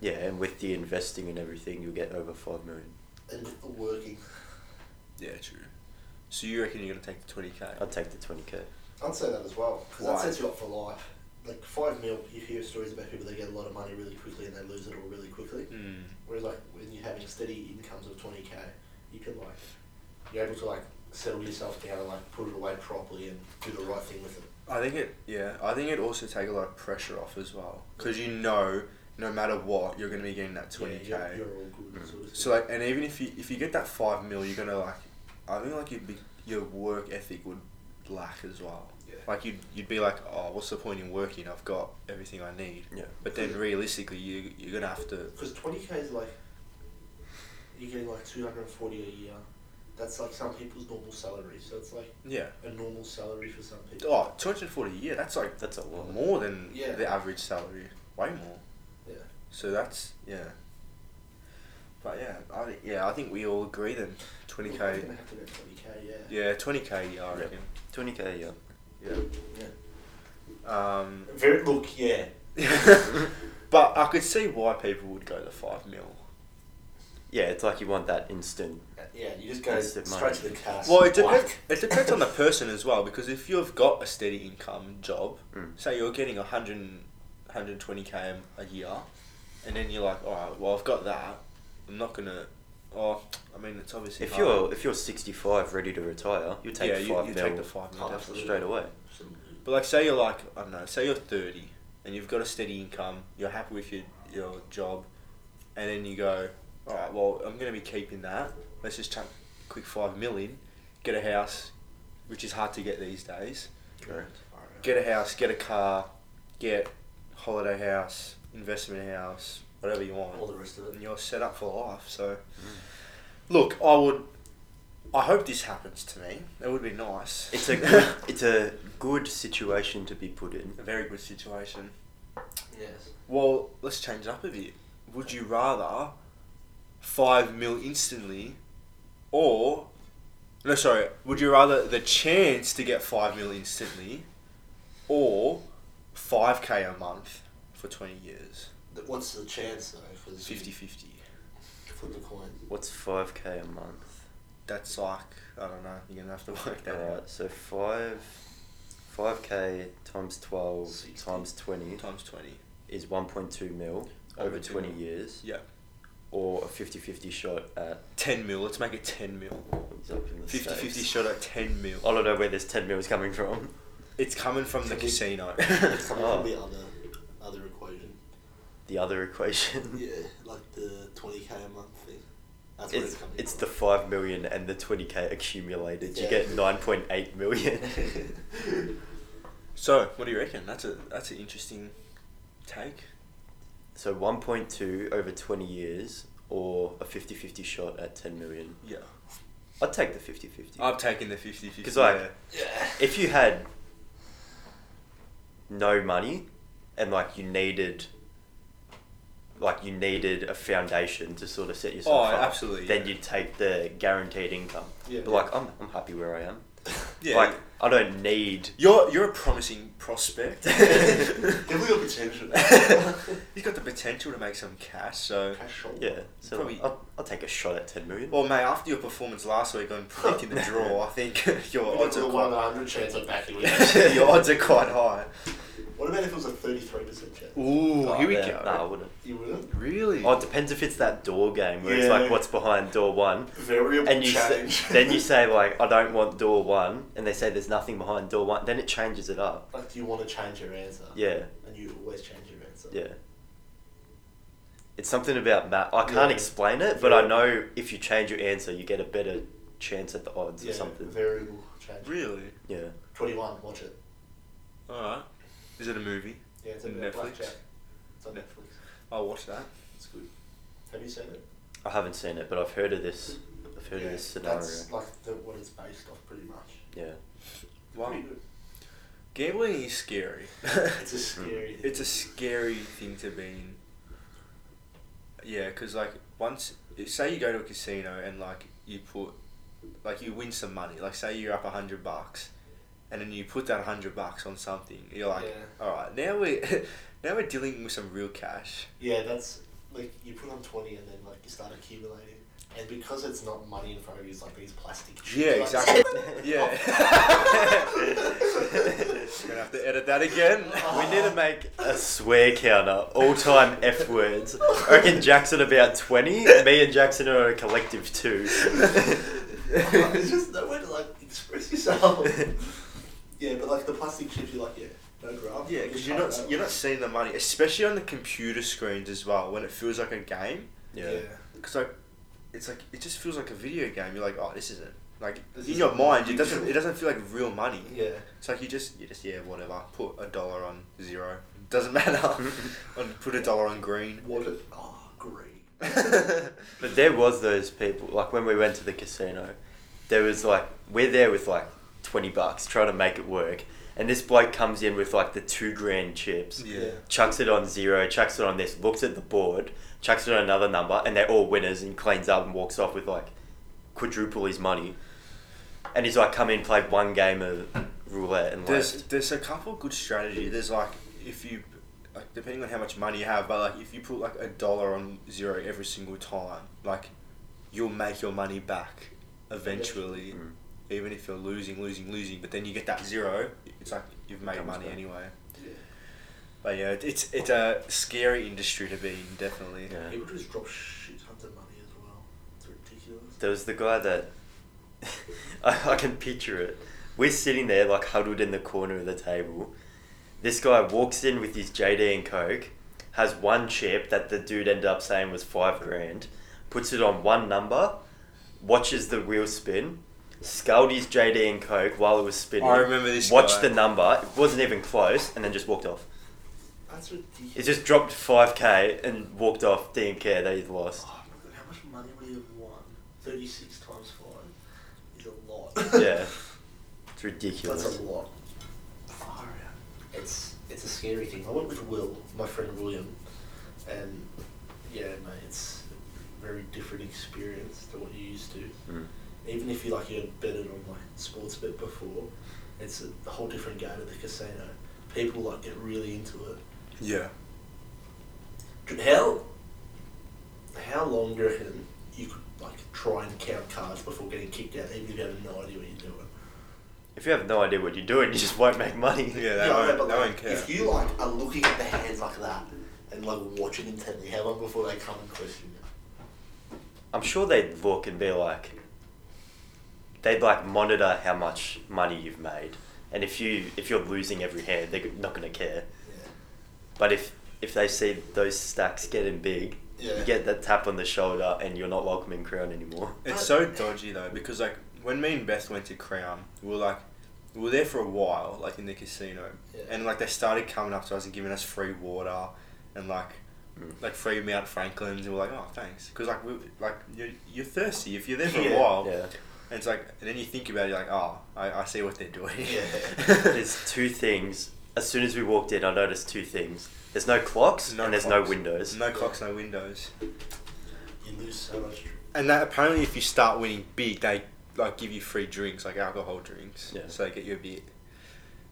A: Yeah, and with the investing and everything, you'll get over 5 million.
C: and with the working,
B: Yeah, true. So you reckon you're gonna take the 20k?
A: I'd take the 20k.
C: I'd say that as well because that
B: Why?
C: sets you up for life. Like five mil, you hear stories about people that get a lot of money really quickly and they lose it all really quickly.
B: Mm.
C: Whereas like when you're having steady incomes of twenty k, you can like you're able to like settle yourself down and like put it away properly and do the right thing with it.
B: I think it. Yeah, I think it also take a lot of pressure off as well, because you know, no matter what, you're gonna be getting that 20k.
C: Yeah, you're, you're all good. Sort of
B: So like, and even if you if you get that five mil, you're gonna like, I think like you'd be your work ethic would lack as well.
C: Yeah.
B: Like you'd you'd be like, oh, what's the point in working? I've got everything I need.
A: Yeah.
B: But then realistically, you you're gonna have to.
C: because twenty k is like you're getting like two hundred and forty a year. That's like some people's normal salary. So it's like
B: Yeah.
C: a normal salary for some people.
B: Oh, 240 a year. That's like
A: That's a lot.
B: more than
C: Yeah.
B: the average salary. Way more.
C: Yeah.
B: So that's yeah. But yeah, I thi- yeah I think we all agree then. 20k.
C: Gonna have to go twenty k. Yeah.
B: Yeah, 20k. Yeah, I
A: Yep.
B: reckon.
A: 20k, yeah.
B: Um.
C: Very look. Yeah.
B: but I could see why people would go the five mil.
A: Yeah, it's like you want that instant.
C: Yeah. You just go
A: Instant
C: straight
A: money.
C: to the cash.
B: Well, it depends.
C: Whack.
B: It depends on the person as well, because if you've got a steady income job,
A: Mm.
B: say you're getting 100, 120k a year, and then you're like, all right, well I've got that. I'm not gonna. Oh, I mean, it's obviously.
A: If
B: hard.
A: you're if you're 65 ready to retire, you'll take
B: yeah,
A: the
B: you,
A: 5
B: you
A: mil
B: take the five mil.
C: Oh,
B: definitely.
C: absolutely.
A: straight away.
B: But like, say you're like, I don't know, say you're 30 and you've got a steady income, you're happy with your, your job, and then you go, all right, well, I'm going to be keeping that. Let's just chuck a quick five million, get a house, which is hard to get these days.
A: Correct.
B: Get a house, get a car, get holiday house, investment house, whatever you want
C: All the rest of it.
B: and you're set up for life. So, look, I would. I hope this happens to me. That would be nice.
A: It's a good, it's a good situation to be put in.
B: a very good situation.
C: Yes.
B: Well, let's change it up a bit. Would you rather five mil instantly, or no? Sorry. Would you rather the chance to get five mil instantly, or five k a month for twenty years?
C: Th- What's the chance though? Because
B: 50-50.
C: Flip the coin.
A: What's 5k a month?
B: That's like I don't know. You're gonna have to work that out.
A: Alright, so 5 5k times 12
C: Sixty.
A: times 20
B: Times twenty.
A: is 1.2 mil
B: Over
A: over
B: two
A: 20
B: mil.
A: years
B: Yeah.
A: or a 50-50 shot at
B: 10 mil. Let's make it 10 mil.
A: he's up in the
B: 50
A: States.
B: 50 shot at 10 mil.
A: I don't know where this 10 mil is coming from.
B: It's coming from the casino.
C: It's coming
A: Oh.
C: from the other other equation.
A: The other equation.
C: Yeah, like the twenty k a month thing. That's where
A: It's,
C: coming
A: it's the
C: from.
A: 5 million and the 20k accumulated. You
C: Yeah.
A: get 9.8 million.
B: so, what do you reckon? That's a that's an interesting take.
A: so 1.2 over 20 years or a 50 50 shot at 10 million.
B: Yeah.
A: I'd take the 50 50.
B: I've taken the 50 50.
A: Because, like,
C: yeah.
A: if you had no money and like you needed like you needed a foundation to sort of set yourself
B: Oh,
A: up
B: absolutely,
A: then
B: yeah.
A: you'd take the guaranteed income
C: Yeah.
A: but like I'm, I'm happy where i am
B: yeah.
A: like i don't need
B: you're, you're a promising prospect.
C: Definitely got potential.
B: You've got the potential to make some cash, so.
C: Cash short.
A: yeah so
B: Probably-
A: I'll, I'll take a shot at 10 million
B: Well, mate, after your performance last week on predicting the draw, I think
C: We
B: your
C: got
B: odds
C: to
B: are
C: a one
B: quite
C: in a hundred chance of backing you.
B: your odds are quite high.
C: What about if it was a thirty-three percent chance?
B: Ooh,
A: Oh,
B: here we
A: yeah,
B: go.
A: nah, i wouldn't
C: You wouldn't.
B: Really?
A: oh it depends if it's that door game where it's
C: Yeah.
A: like what's behind door one
C: Variable
A: and you say,
C: change.
A: then you say like I don't want door one, and they say there's nothing behind door one. Then it changes it up.
C: like, do you want to change your answer?
A: Yeah,
C: And you always change your answer.
A: yeah. It's something about math. I can't
C: Yeah.
A: explain it, but I know if you change your answer, you get a better chance at the odds
C: Yeah,
A: or something.
C: variable change.
B: Really?
A: Yeah.
C: 21, watch it.
B: Alright. Is it a movie?
C: Yeah, it's on
B: Netflix?
C: Blackjack. It's on Netflix.
B: I'll watch that.
C: It's good. Have you seen it?
A: I haven't seen it, but I've heard of this. I've heard of this scenario.
C: That's like the, what it's based off, pretty much.
A: Yeah.
B: Wow.
C: Pretty good.
B: Gambling is scary.
C: It's a scary. thing.
B: Hmm. it's a scary thing to be in. Yeah, because like once, say you go to a casino and like you put, like you win some money. Like say you're up a hundred bucks, and then you put that hundred bucks on something. You're like,
C: Yeah.
B: all right, now we, now we're dealing with some real cash.
C: Yeah, that's like you put on 20 and then like you start accumulating. And because it's not money in front of you, it's like these plastic chips.
B: Yeah,
C: like-
B: exactly. yeah. We're gonna have to edit that again.
A: We need to make a swear counter, all time F words. I reckon Jackson about 20, me and Jackson are a collective two.
C: There's just no way to like express yourself. yeah, but like the plastic chips, you're like, yeah, no grab.
B: Yeah, because you're not you're not seeing the money, especially on the computer screens as well. When it feels like a game,
A: Yeah.
B: because like it's like it just feels like a video game. You're like, oh, this isn't like
C: This
B: in
C: is
B: your mind. It
C: unusual.
B: doesn't it doesn't feel like real money.
C: Yeah.
B: It's like you just you just yeah whatever. Put a dollar on zero. Doesn't matter. on put a dollar on green.
C: What? A, oh, green.
A: But there was those people, like when we went to the casino, there was like, we're there with like 20 bucks trying to make it work. And this bloke comes in with like the two grand chips,
B: Yeah.
A: chucks it on zero, chucks it on this, looks at the board, chucks it on another number, and they're all winners and cleans up and walks off with like quadruple his money. And he's like, come in, play one game of roulette and
B: There's
A: left.
B: there's a couple good strategy. There's like if you like depending on how much money you have, but like if you put like a dollar on zero every single time, like you'll make your money back eventually.
A: Mm.
B: Even if you're losing, losing, losing, but then you get that zero, it's like you've made
A: comes
B: money
A: back.
B: anyway.
C: Yeah.
B: But yeah, it- it's it's a scary industry to be in, definitely.
A: Yeah.
C: People just drop shit tons of money as well. It's ridiculous.
A: There was the guy that I, I can picture it. We're sitting there like huddled in the corner of the table. This guy walks in with his JD and Coke, has one chip that the dude ended up saying was five grand, puts it on one number, watches the wheel spin, sculled his JD and Coke while it was spinning.
B: I remember this
A: Watched
B: guy.
A: the number, it wasn't even close, and then just walked off.
C: That's ridiculous.
A: He just dropped 5k and walked off, didn't care that he'd lost.
C: Oh my god, how much money would he have won? 36 times 5 is a lot.
A: Yeah. It's ridiculous.
C: That's a lot. Far out. It's, it's a scary thing. I went with Will, my friend William, and yeah, mate, it's a very different experience to what you used to.
A: Mm.
C: Even if you like you had betted on like sports bet before, it's a whole different game at the casino. People like get really into it.
B: Yeah.
C: How how long do you reckon you could like try and count cards before getting kicked out, even if you have no idea what you're doing?
A: If you have no idea what you're doing, you just won't make money.
B: Yeah, they
C: Yeah, I know,
B: won't,
C: but,
B: they
C: like,
B: won't care.
C: If you like are looking at the hands like that and like watching intently, how long before they come and question you?
A: I'm sure they'd look and be like, they'd like monitor how much money you've made, and if you if you're losing every hand, they're not gonna care. But if if they see those stacks getting big,
C: Yeah.
A: you get that tap on the shoulder, and you're not welcome in Crown anymore.
B: It's so dodgy though because like when me and Beth went to Crown, we were like we were there for a while, like in the casino,
C: Yeah.
B: and like they started coming up to us and giving us free water and like
A: Mm.
B: like free Mount Franklins, and we're like, oh thanks, because like we like you're, you're thirsty if you're there for
C: Yeah.
B: a while,
A: Yeah.
B: and it's like and then you think about it, you're like, oh, I, I see what they're doing.
C: Yeah.
A: There's two things. As soon as we walked in, I noticed two things. There's no clocks and there's
B: clocks.
A: no windows.
B: No clocks, no windows.
C: You lose so much.
B: And that apparently, if you start winning big, they like give you free drinks, like alcohol drinks.
A: Yeah.
B: So they get you a bit,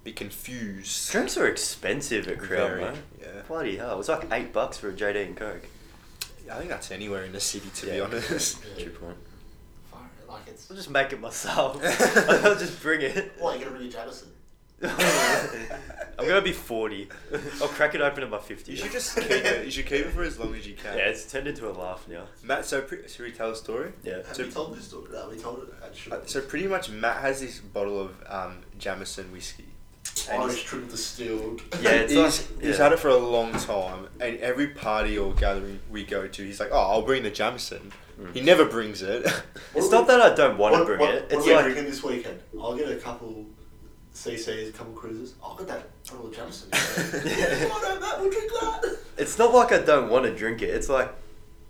B: bit confused.
A: Drinks are expensive at Crown,
B: Very,
A: man.
B: yeah.
A: Bloody hell! It was like eight bucks for a JD and Coke.
B: I think that's anywhere in the city, to be
A: Yeah.
B: honest.
C: Yeah.
A: True point.
C: Far out, Like it's.
A: I'll just make it myself. I'll just bring it.
C: Why you gonna read Jamison?
A: I'm gonna be 40. I'll crack it open at my 50.
B: You should just keep it. You should keep it for as long as you
A: Yeah,
B: can.
A: it's turned into a laugh now.
B: Matt, so pre- should we tell a story? Uh,
A: Yeah.
C: Have
B: So-
C: we told this story? No, we told it actually.
B: Uh, so pretty much, Matt has this bottle of um, Jamison whiskey, And
C: Irish triple distilled.
A: Yeah, it's
B: he's,
A: like-
B: he's
A: yeah.
B: had it for a long time, and every party or gathering we go to, he's like, "Oh, I'll bring the Jamison." He never brings it.
A: It's not that I don't want to
C: What,
A: bring
C: what,
A: it.
C: what
A: It's
C: are we
A: like
C: drinking this weekend? I'll get a couple CCs, a couple cruises. I'll get that Earl Jamison. yeah, come on, have that. We'll drink that.
A: it's not like I don't want to drink it. It's like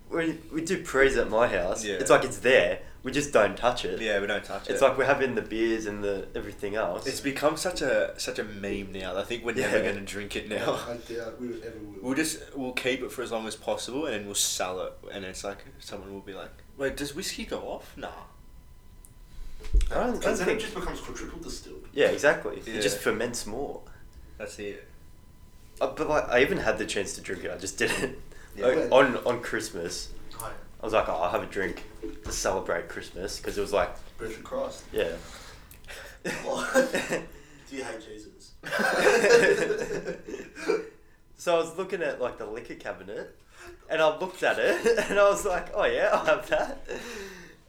A: we we do prees at my house.
B: Yeah.
A: It's like it's there. We just don't touch it.
B: yeah, we don't touch it.
A: It's like we're having the beers and the everything else.
B: it's become such a such a meme now. I think we're never
A: Yeah.
B: going to drink it now.
C: I doubt we would ever will.
B: We'll just we'll keep it for as long as possible, and then we'll sell it. And it's like someone will be like, "Wait, does whiskey go off?"
A: I
B: Nah.
A: don't, I don't
C: Because then it
A: think.
C: just becomes quadruple distilled.
A: Yeah, exactly.
B: Yeah.
A: It just ferments more.
B: That's it.
A: Uh, but like, I even had the chance to drink it. I just didn't.
B: Yeah.
A: Like, on on Christmas, I was like, oh, I'll have a drink to celebrate Christmas because it was like,
C: Birth of Christ.
A: yeah.
C: Do you hate Jesus?
A: so I was looking at like the liquor cabinet, and I looked at it, and I was like, oh yeah, I'll have that.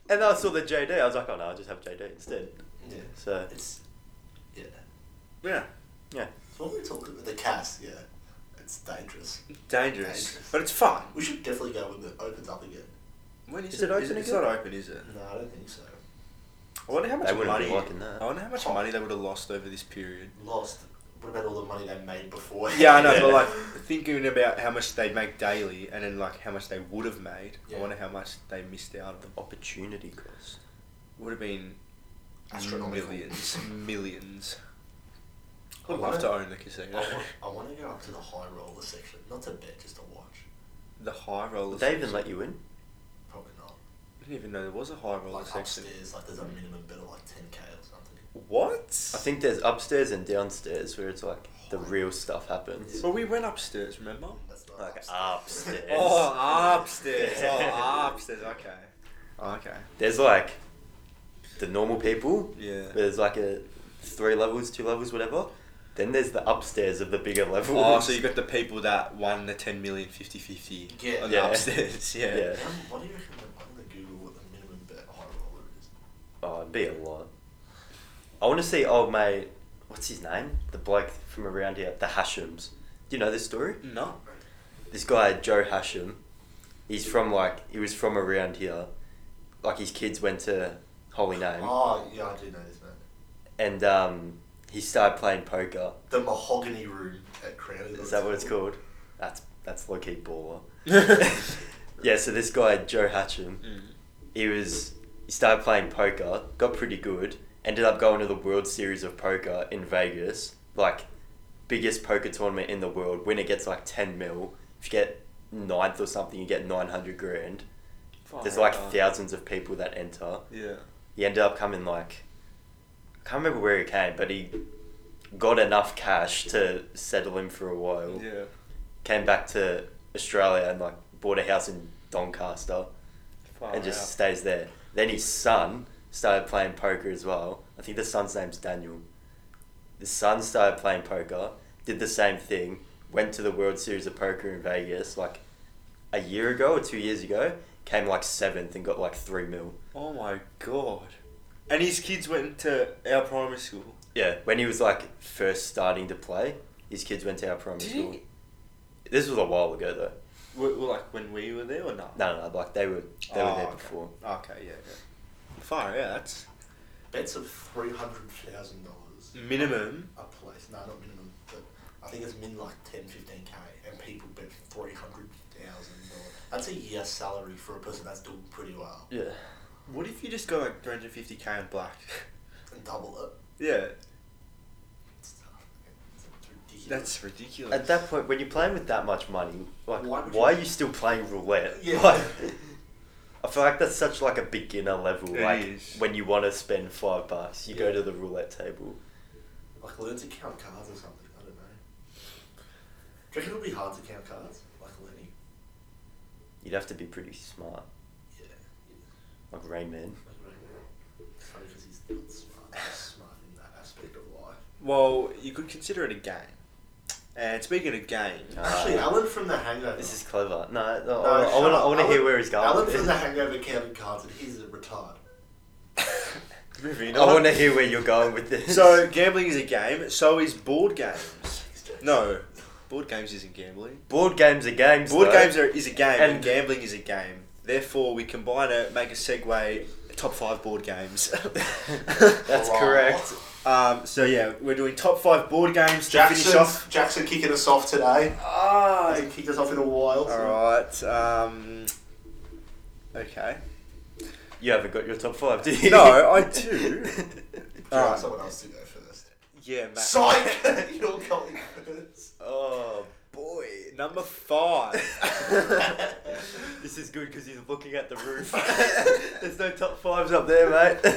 A: And then I saw the JD. I was like, oh no, I'll just have JD instead.
C: Yeah.
A: So
C: It's yeah.
B: Yeah.
A: yeah,
C: So what we're talking about the cast, yeah, it's dangerous.
B: Dangerous,
C: Dangerous.
B: but it's fun.
C: We should definitely go when it opens up again.
B: When is,
A: Is it open
B: It's
A: again?
B: not open, is it?
C: No, I don't think so.
B: I wonder how much
A: They wouldn't
B: money.
A: be liking that.
B: I wonder how much
C: Oh.
B: money they would have lost over this period.
C: Lost. What about all the money they made before?
B: Yeah, I know,
A: Yeah.
B: but like thinking about how much they make daily, and then like how much they would have made.
C: Yeah.
B: I wonder how much they missed out on.
A: opportunity cost.
B: Would have been
C: Astronomical.
B: millions, millions.
C: I
B: I'd love
C: wanna-
B: to own the
C: I
B: casino.
C: want, I want to go up to the high roller section, not to bet, just to watch.
B: the high roller.
A: Would they even
B: section.
A: let you in?
C: Probably not.
B: I didn't even know there was a high roller
C: Like
B: section.
C: upstairs, like there's a minimum bet of like ten k or something.
B: What?
A: I think there's upstairs and downstairs where it's like the real stuff happens.
B: Well, we went upstairs. Remember?
C: That's not
A: Like upstairs.
B: Oh, upstairs. Oh, upstairs. Okay. Oh, Okay.
A: There's like the normal people.
B: Yeah.
A: There's like a three levels, two levels, whatever. Then there's the upstairs of the bigger levels.
B: Oh, so you got the people that won the 10 million 50 50
C: Yeah.
B: on
A: Yeah.
B: the upstairs. Yeah.
A: Yeah.
C: Um, what do you reckon? I'm gonna Google what the minimum bet high roller is.
A: Oh, it'd be a lot. I want to see old mate. What's his name? The bloke from around here, the Hashims. Do you know this story?
B: No.
A: This guy Joe Hashim. He's from like he was from around here. Like his kids went to Holy Name,
C: Oh yeah, I do know this man.
A: and um, he started playing poker.
C: The mahogany room at Crown.
A: Is that what it's called? That's that's low key baller.
B: Mm.
A: Yeah, so this guy Joe Hatcham, he was he started playing poker, got pretty good, ended up going to the World Series of Poker in Vegas, like biggest poker tournament in the world. Winner gets like ten mil. If you get ninth or something, you get nine hundred grand. There's like
B: Fuck.
A: thousands of people that enter.
B: Yeah.
A: He ended up coming like I can't remember where he came, but he got enough cash to settle him for a while
B: Yeah.
A: came back to Australia and like bought a house in Doncaster
B: Far
A: and just
B: out.
A: stays there. Then his son started playing poker as well. I think the son's name's Daniel. The son started playing poker, did the same thing, went to the World Series of Poker in Vegas like a year ago or two years ago, came like seventh and got like three mil.
B: Oh my god. And his kids went to our primary school.
A: Yeah, when he was like first starting to play, his kids went to our primary
B: Did
A: school.
B: he?
A: This was a while ago though.
B: Were, were like when we were there or not?
A: No, no, no like they were they
B: Oh,
A: were there
B: okay.
A: before.
B: Okay, yeah, yeah. Far yeah, that's
C: Bets of three hundred thousand dollars.
B: minimum.
C: a place. No, not minimum, but I think it's min like 10, 15 k, and people bet three hundred thousand dollars. That's a year's salary for a person that's doing pretty well,
A: Yeah.
B: What if you just go like 350k in black?
C: and double it.
B: yeah,
C: It's, it's ridiculous.
B: that's ridiculous.
A: At that point, when you're playing with that much money, like
C: Why
A: why,
C: would
A: are
C: you-
A: you still playing roulette?
C: Yeah.
A: Like, I feel like that's such like a beginner level.
B: It
A: like
B: is.
A: when you want to spend five bucks, you go
C: Yeah.
A: to the roulette table.
C: like learn to count cards or something. I don't know. Do you reckon it'll be hard to count cards? Like learning.
A: You'd have to be pretty smart,
C: Yeah.
A: like Rayman.
C: I don't know. It's funny because he's not smart. He's smart in that aspect of life.
B: well, you could consider it a game. And speaking of games,
A: Ah.
C: Actually, Alan from The Hangover.
A: This is clever. No, no,
C: No,
A: I
C: shut
A: want to.
C: up.
A: I want to
C: Alan-
A: hear where he's going.
C: Alan
A: with
C: from
A: this.
C: The Hangover counted cards, and he's a retard.
B: Moving
A: I want
B: on.
A: to hear where you're going with this.
B: So gambling is a game. So is board games. No, board games isn't gambling.
A: board games are games.
B: Board
A: though.
B: games are, is a game, and,
A: And-
B: gambling is a game. Therefore, we combine it, make a segue. Top five board games.
A: That's
C: Wow.
A: correct.
B: um, so yeah, we're doing top five board games to finish
C: Jackson's,
B: off.
C: Jackson kicking us off today.
B: Ah,
C: Hasn't kicked us off in a while. so-
B: all right. Um, okay.
A: You haven't got your top five, do you?
B: No, I do.
C: All right,
B: Alright.
C: someone else to go first.
B: Yeah, Matt.
C: Psych! You're going first.
A: oh boy,
B: Number five.
A: this is good because he's looking at the roof. There's no top fives up there, mate.
C: Do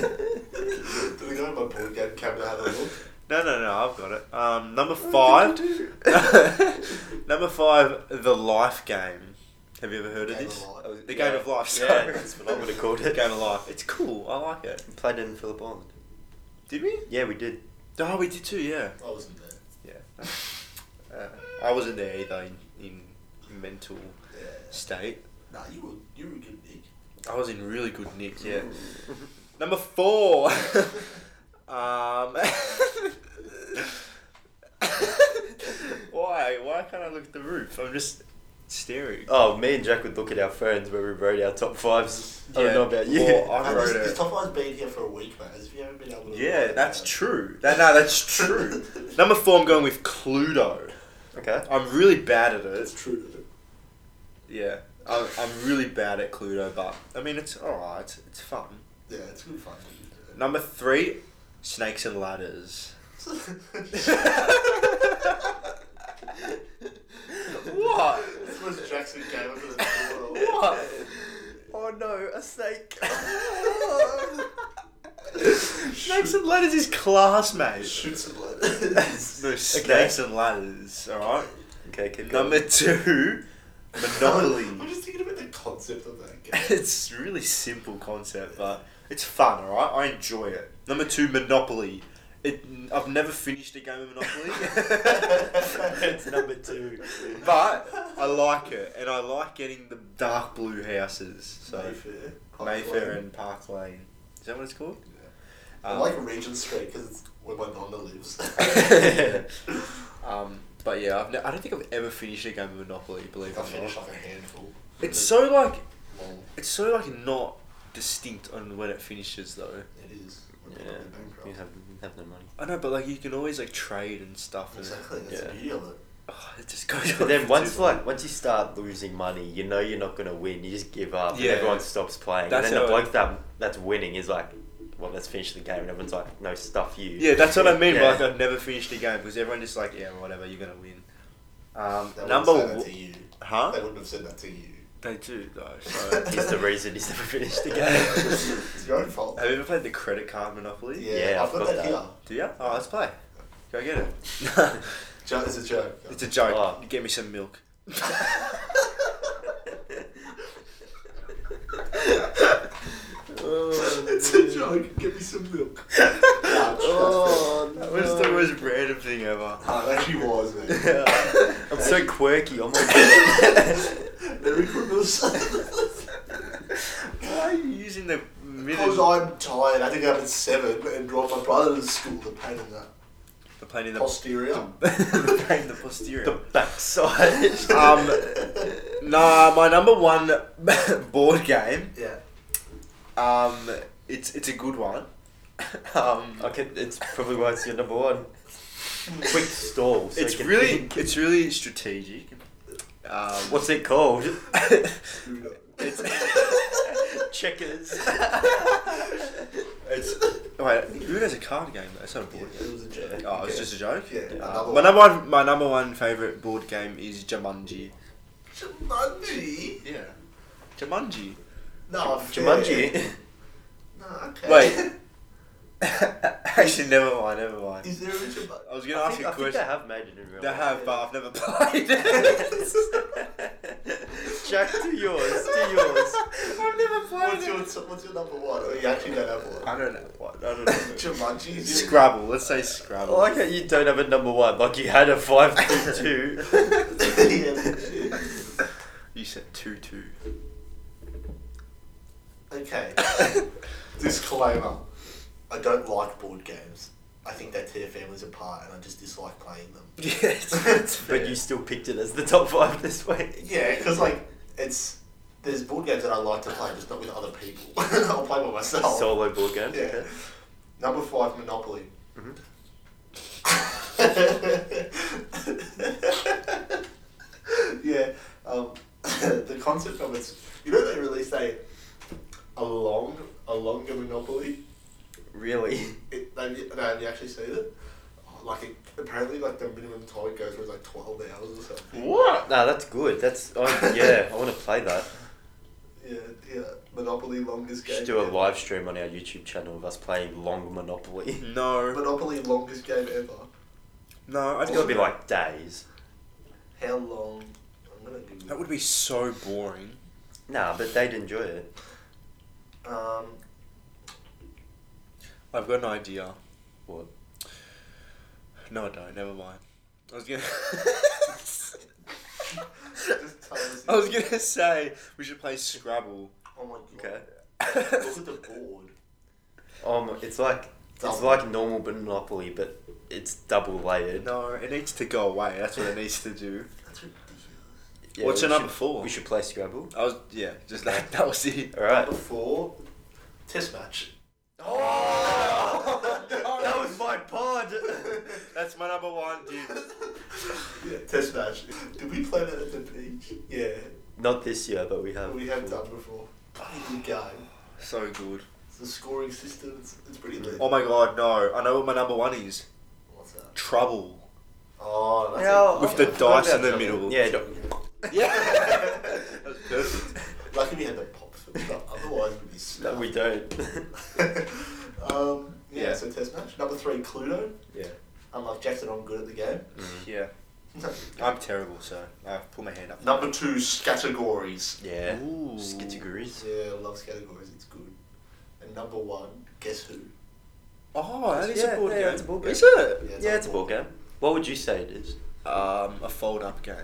C: we go to my board game cabinet and have a look?
B: No, no, no, I've got it. Um, number five. number five, The Life Game. Have you ever heard of
C: Game
B: this?
C: of Life.
B: The
A: Yeah.
B: Game of Life,
A: Yeah,
B: sorry.
A: that's what I would have called it.
B: Game of Life. It's cool, I like it.
A: Played it in Phillip Island.
B: Did we?
A: Yeah, we did.
B: Oh, we did too, yeah.
C: I wasn't there.
B: Yeah. Uh, I wasn't there either in, in mental
C: Yeah.
B: state.
C: Nah, you were, you were good, Nick.
B: I was in really good nick, yeah.
A: Ooh.
B: Number four. um, why? Why can't I look at the roof? I'm just staring.
A: Oh, me and Jack would look at our phones when we wrote our top fives. I
B: Yeah.
A: don't know about you.
B: Well, I
C: And
B: wrote
C: this, this
B: it.
C: top line's been here for a week, man. Have you ever been able to
B: Yeah, that's true. That, no, that's true. Number four, I'm going with Cluedo.
A: okay.
B: I'm really bad at it.
C: That's true. though.
B: Yeah, I'm, I'm really bad at Cluedo, but I mean, it's alright. It's, it's fun.
C: Yeah, it's good fun.
B: Number three, Snakes and Ladders. What?
C: This was Jackson game over the world.
B: What?
A: Oh no, a snake.
B: Snakes and Ladders is class, mate.
C: Shoot some letters.
B: No, Snakes and Ladders, alright?
A: okay, keep going.
B: Number two,
C: I'm
B: Monopoly.
C: just thinking about the concept of that game.
B: it's a really simple concept, but it's fun, alright? I enjoy it. Number two, Monopoly. It, I've never finished a game of Monopoly.
A: it's number two.
B: but I like it, and I like getting the dark blue houses. So
C: Mayfair.
B: Mayfair and Park Lane. Is that what it's called?
C: I
B: Um,
C: like Regent Street because it's where my nonna lives.
B: um, but yeah, I've ne- I don't think I've ever finished a game of Monopoly. Believe
C: I
B: it or
C: finished
B: not,
C: like a handful.
B: it's so like
C: Long.
B: it's so like not distinct on when it finishes though.
C: It is. We're
A: Yeah,
C: probably bankrupt.
A: you have, have no money.
B: I know, but like you can always like trade and stuff. And
C: Exactly. That's the
A: Yeah.
C: beauty of it.
B: oh, it just goes.
A: But
B: on
A: then
B: for
A: once
B: too long.
A: like once you start losing money, you know you're not gonna win. You just give up,
B: Yeah.
A: and everyone stops playing.
B: That's
A: and then the
B: how it-
A: bloke that that's winning is like, well, let's finish the game, and everyone's like, no, stuff you.
B: yeah, that's what I mean.
A: Yeah.
B: By, like I've never finished a game because everyone just like yeah, whatever, you're gonna win. Um,
C: They wouldn't
B: number
C: say that
B: one,
C: to you. They
B: huh?
C: wouldn't have said that to you.
B: They do though.
A: He's the reason he's never finished the game.
C: it's your own fault.
B: Have you ever played the credit card Monopoly?
C: Yeah,
A: Yeah,
C: I've got, that, here.
B: Do you? Oh, let's play. Go get it.
C: Jo- it's a joke.
B: it's a joke.
A: Oh.
B: Get me some milk.
C: it's a joke. Give me some milk. oh,
B: That was the most random thing ever.
C: it actually was, man.
A: I'm so quirky. Oh my
C: Merry Christmas.
B: Why are you using the
C: Because
B: middle?
C: I'm tired. I think I'm at seven and dropped my brother to school. The pain in the
B: The plane in the
C: posterior.
B: the plane in the posterior.
A: god, the backside.
B: um, nah, my number one board game.
C: Yeah.
B: Um, it's it's a good one. Um,
A: Okay, it's probably why it's your number one. Quick stall. so you
B: it's
A: can
B: really
A: think.
B: it's really strategic. Um,
A: What's it called?
C: Uno.
A: Checkers.
B: It's wait, Uno's a card game though. It's not a board
C: It
B: game.
C: was a joke.
B: Oh, it's
C: Yeah.
B: just a joke.
C: Yeah,
B: Uh,
C: another
B: my
C: one.
B: number one, my number one favorite board game is Jumanji.
C: Jumanji?
B: Yeah, Jumanji.
C: No, fair.
A: Jumanji.
C: No, okay.
B: Wait. Actually, never mind. Never mind.
C: Is there a Jumanji?
B: I was
A: I think,
B: gonna ask you a
A: I think they
B: question.
A: have made it in real
B: They
A: life.
B: have, but I've never played it.
A: Jack, do yours. Do yours.
B: I've never
C: What's
B: played
C: your,
B: it.
C: what's your number one? Oh, you actually don't have one.
B: I don't know what. I don't know.
C: Jumanji? is-
B: Scrabble. Let's say
A: Oh, I
B: Scrabble.
A: like how you don't have a number one. Like you had a five two two.
C: Yeah.
B: You said two two.
C: okay. Disclaimer. I don't like board games. I think they tear families apart, and I just dislike playing them.
B: yes.
A: But you still picked it as the top five this week.
C: Yeah, because like it's there's board games that I like to play, just not with other people. I'll play by
B: Oh.
C: myself.
A: Solo board games.
C: Yeah.
A: Okay.
C: Number five, Monopoly.
A: Mhm.
C: yeah, um, the concept of it's you know they released a a long a longer Monopoly.
A: Really?
C: It, they, no, have you actually seen it? Oh, Like it, apparently, like the minimum time it goes for is like twelve hours or something.
B: What?
A: Nah, that's good. That's I yeah. I want to play that.
C: Yeah, yeah. Monopoly longest
A: We
C: game.
A: should do a
C: ever.
A: live stream on our YouTube channel of us playing long Monopoly.
B: No.
C: Monopoly longest game ever.
B: No, I'd
A: It's gonna be like days.
C: How long? I'm gonna do.
B: That would be so boring.
A: Nah, but they'd enjoy it.
C: Um,
B: I've got an idea.
A: What?
B: No, I don't. Never mind. I was gonna.
C: just tell us
B: I was gonna say we should play Scrabble.
C: Oh my god.
A: Okay.
C: Look at the board.
A: Um, it's like it's
C: Double.
A: like normal Monopoly, but it's double layered.
B: No, it needs to go away. That's what it needs to do.
C: That's ridiculous.
A: Yeah,
B: What's
A: we
B: your number
A: should-
B: four?
A: We should play Scrabble.
B: I was yeah, just that. That was it.
A: All right.
C: Number four, test match.
B: Oh!
A: That was my pod.
B: That's my number one, dude.
C: Yeah, test match. Did we play that at the beach? Yeah,
A: Not this year, but we have.
C: we have done before. Bloody good game.
B: So good.
C: It's the scoring system. It's, it's pretty lit.
B: Oh my god, no! I know what my number one is.
C: What's that?
B: Trouble.
C: Oh, that's
A: Yeah,
C: it.
B: With
A: I-
B: the
A: I forgot
B: dice
A: about
B: in the
A: Trouble.
B: middle.
A: Yeah. don't-
B: Yeah. perfect.
C: Lucky we had the pop filter. Otherwise, we'd be
A: No,
C: stuck.
A: we don't.
C: um, yeah,
B: Yeah.
C: so test match. Number three, Cluedo.
A: yeah.
C: Unlike Jackson, I'm good at the game.
A: Mm-hmm.
B: Yeah. I'm terrible, so I put my hand up.
C: Number two, categories.
A: Yeah.
B: Ooh.
A: Skittigories.
C: Yeah, I love categories. It's good. And number one, guess who?
B: Oh, that is
A: Yeah,
B: a board
A: yeah,
B: game.
A: it's a board game.
B: Is it?
C: Yeah,
A: Yeah, it's a ball game. What would you say it is?
B: Um, a fold-up game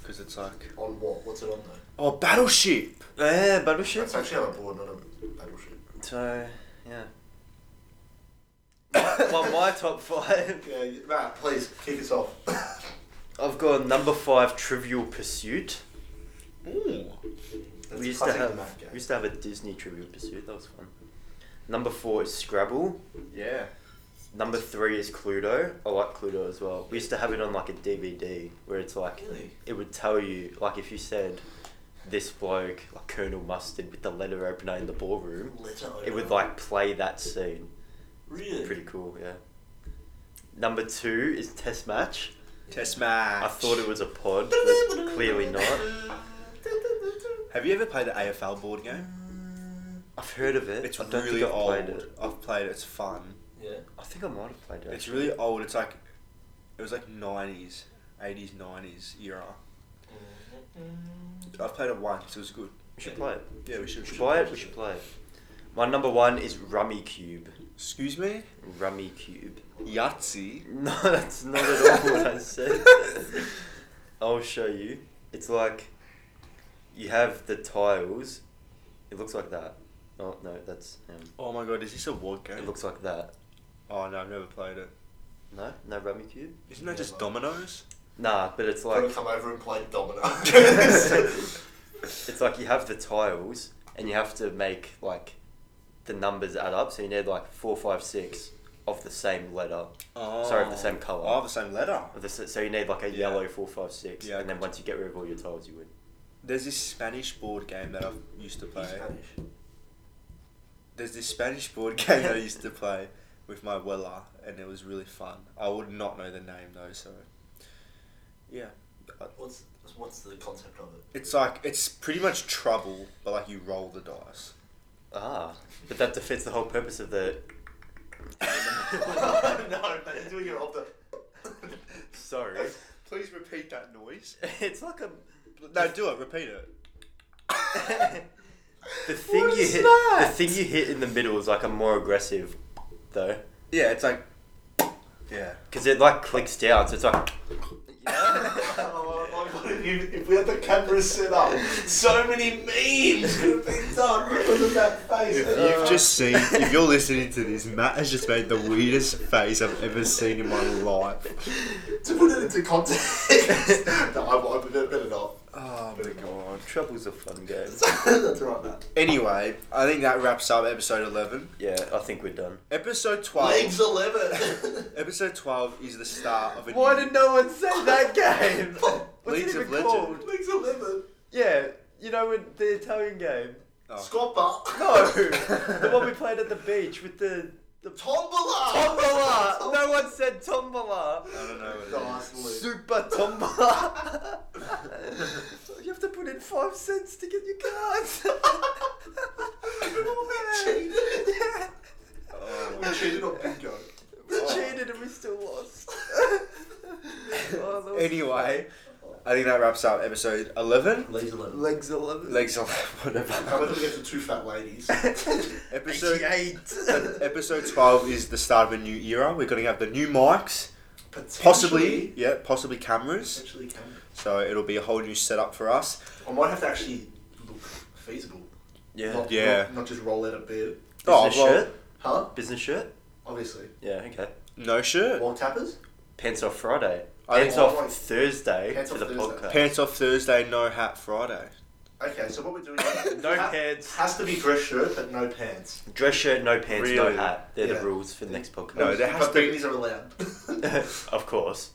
B: because it's like
C: On what? What's it on though?
B: oh, battleship.
A: Yeah, battleship.
C: It's actually on a board, not a battleship.
A: So yeah. My- well, my top five.
C: Yeah, you- Matt, please kick us off.
A: I've got number five, Trivial Pursuit.
B: Ooh.
C: That's
A: we used to
C: classic
A: have
C: Matt game.
A: we used to have a Disney Trivial Pursuit. That was fun. Number four is Scrabble.
B: Yeah.
A: Number three is Cluedo. I like Cluedo as well. We used to have it on like a DVD where it's like
C: Really?
A: it would tell you like if you said this bloke like Colonel Mustard with the letter opener in the ballroom,
C: Letter
A: it would
C: opener.
A: like play that scene.
C: really
A: Pretty cool, yeah. Number two is Test Match.
B: Test match.
A: I thought it was a pod, but clearly not.
B: Have you ever played the AFL board game?
A: I've heard of it.
B: It's
A: Mm, I don't
B: really
A: think I've
B: old.
A: played it.
B: I've played it. It's fun.
C: Yeah.
A: I think I might have played it.
B: It's
A: actually.
B: really old. It's like it was like nineties, eighties, nineties era. I've played it once. It was good.
A: We should play it.
B: Yeah, we should.
A: We should play it. We should play it. My number one is Rummy Cube.
B: Excuse me.
A: Rummy Cube.
B: Yahtzee.
A: No, that's not at all what I said. I'll show you. It's like you have the tiles. It looks like that. Oh no, that's um,
B: Oh my god, is this a board game?
A: it looks like that.
B: Oh no, I've never played it.
A: No, no Rummy Cube.
B: Isn't that
C: Yeah,
B: just
C: like-
B: dominoes?
A: Nah, but it's
C: Gotta
A: like
C: come over and play domino.
A: it's like you have the tiles and you have to make like the numbers add up. So you need like four, five, six of the same letter.
B: Oh.
A: Sorry, of the same colour.
B: Oh, the same letter.
A: Of the s- So you need like a
B: Yeah.
A: yellow four, five, six,
B: Yeah, I
A: and then
B: gotcha.
A: once you get rid of all your tiles, you win.
B: There's this Spanish board game that I used to play.
C: Spanish.
B: There's this Spanish board game that I used to play with my Wella, and it was really fun. I would not know the name though, so yeah,
C: What's what's the concept of it?
B: it's like it's pretty much trouble, but like you roll the dice.
A: Ah, but that defeats the whole purpose of the.
C: no, man, you're doing it off the.
A: Sorry,
B: Please repeat that noise.
A: it's like a
B: No, do it. Repeat it.
A: the thing
B: What
A: you
B: is
A: hit.
B: that?
A: The thing you hit in the middle is like a more aggressive, though,
B: Yeah, it's like yeah.
A: because it like clicks down. So it's like
C: Oh, my God, if, if we had the camera set up, so many memes could have been done because of that face.
B: If
C: Uh,
B: you've just seen, if you're listening to this, Matt has just made the weirdest face I've ever seen in my life.
C: to put it into context. no, I, I better, better not.
B: Oh
C: my God.
A: Trouble's a fun game.
C: That's all right, Matt.
B: Anyway, I think that wraps up episode 11.
A: Yeah, I think we're done.
B: Episode 12.
C: Legs eleven.
B: Episode 12 is the start of a
A: Why
B: new
A: did no one say that game? What's
B: Leagues
A: it
B: of
A: even
B: Legend.
A: called?
C: Legs eleven.
A: Yeah, you know when- the Italian game.
B: Oh.
C: Scopper.
A: No, the one we played at the beach with the the
C: Tombola.
A: tombola. No one said tombola.
B: I don't know what it is.
C: Nicely.
A: Super tombola. you have to put in five cents to get your cards.
C: cheated.
A: yeah.
B: Oh.
C: We cheated on bingo.
A: We
B: Oh.
A: cheated and we still lost. Oh, that was
B: Anyway, I think that wraps up episode 11.
C: Legs eleven.
A: Legs 11.
B: Legs on
C: How about
B: whatever.
C: we get to two fat ladies?
B: Episode,
A: 88.
B: episode 12 is the start of a new era. We're going to have the new mics, possibly, yeah, possibly cameras.
C: Potentially can.
B: So it'll be a whole new setup for us.
C: I might have to actually look feasible.
A: yeah.
C: Not,
B: Yeah.
C: Not, not just roll out a bed.
B: Oh,
A: Business
B: well,
A: shirt?
C: Huh?
A: Business shirt?
C: Obviously.
A: Yeah, okay.
B: No shirt.
C: Wall tappers?
A: Pants off Friday.
B: I
A: Pants
C: think-
A: off Thursday
C: Pants
A: for
C: off
A: the
C: Thursday.
A: podcast.
B: Pants off Thursday, no hat Friday.
C: Okay, so what we're doing
A: No
C: Ha-
A: pants.
C: Has to be dress shirt, but no pants.
A: Dress shirt, no pants,
B: Really?
A: no hat. They're
C: Yeah.
A: the rules for the next podcast.
B: No, there has
C: but
B: to be-
C: beanies are allowed.
A: of course.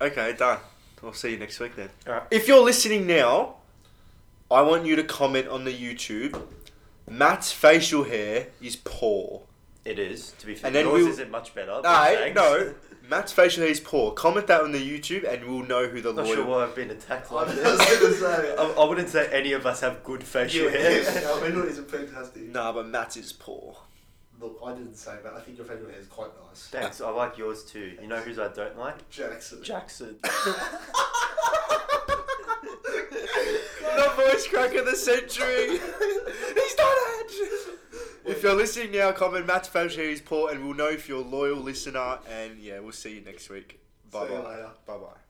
B: Okay, done. We'll see you next week then.
A: All right.
B: If you're listening now, I want you to comment on the YouTube. Matt's facial hair is poor.
A: It is, to be fair.
B: And then
A: Yours
B: we'll-
A: isn't much better. but
B: No,
A: Oh, thanks.
B: no. Matt's facial hair is poor. Comment that on the YouTube, and we'll know who the
A: Not
B: lawyer.
A: sure why I've been attacked
C: I
A: like
C: was
A: this.
C: gonna say.
A: I, I wouldn't say any of us have good facial hair.
C: Our middle is fantastic.
B: Nah, but Matt's is poor.
C: Look, I didn't say that. I think your favourite hair is quite nice.
A: Thanks, I like yours too. You know whose I don't like?
C: Jackson.
A: Jackson.
B: the voice crack of the century. He's done it. If you're listening now, comment Matt's facial hair is poor, and we'll know if you're a loyal listener. And yeah, we'll see you next week.
C: See you
B: Bye bye.
C: later.
B: Bye bye.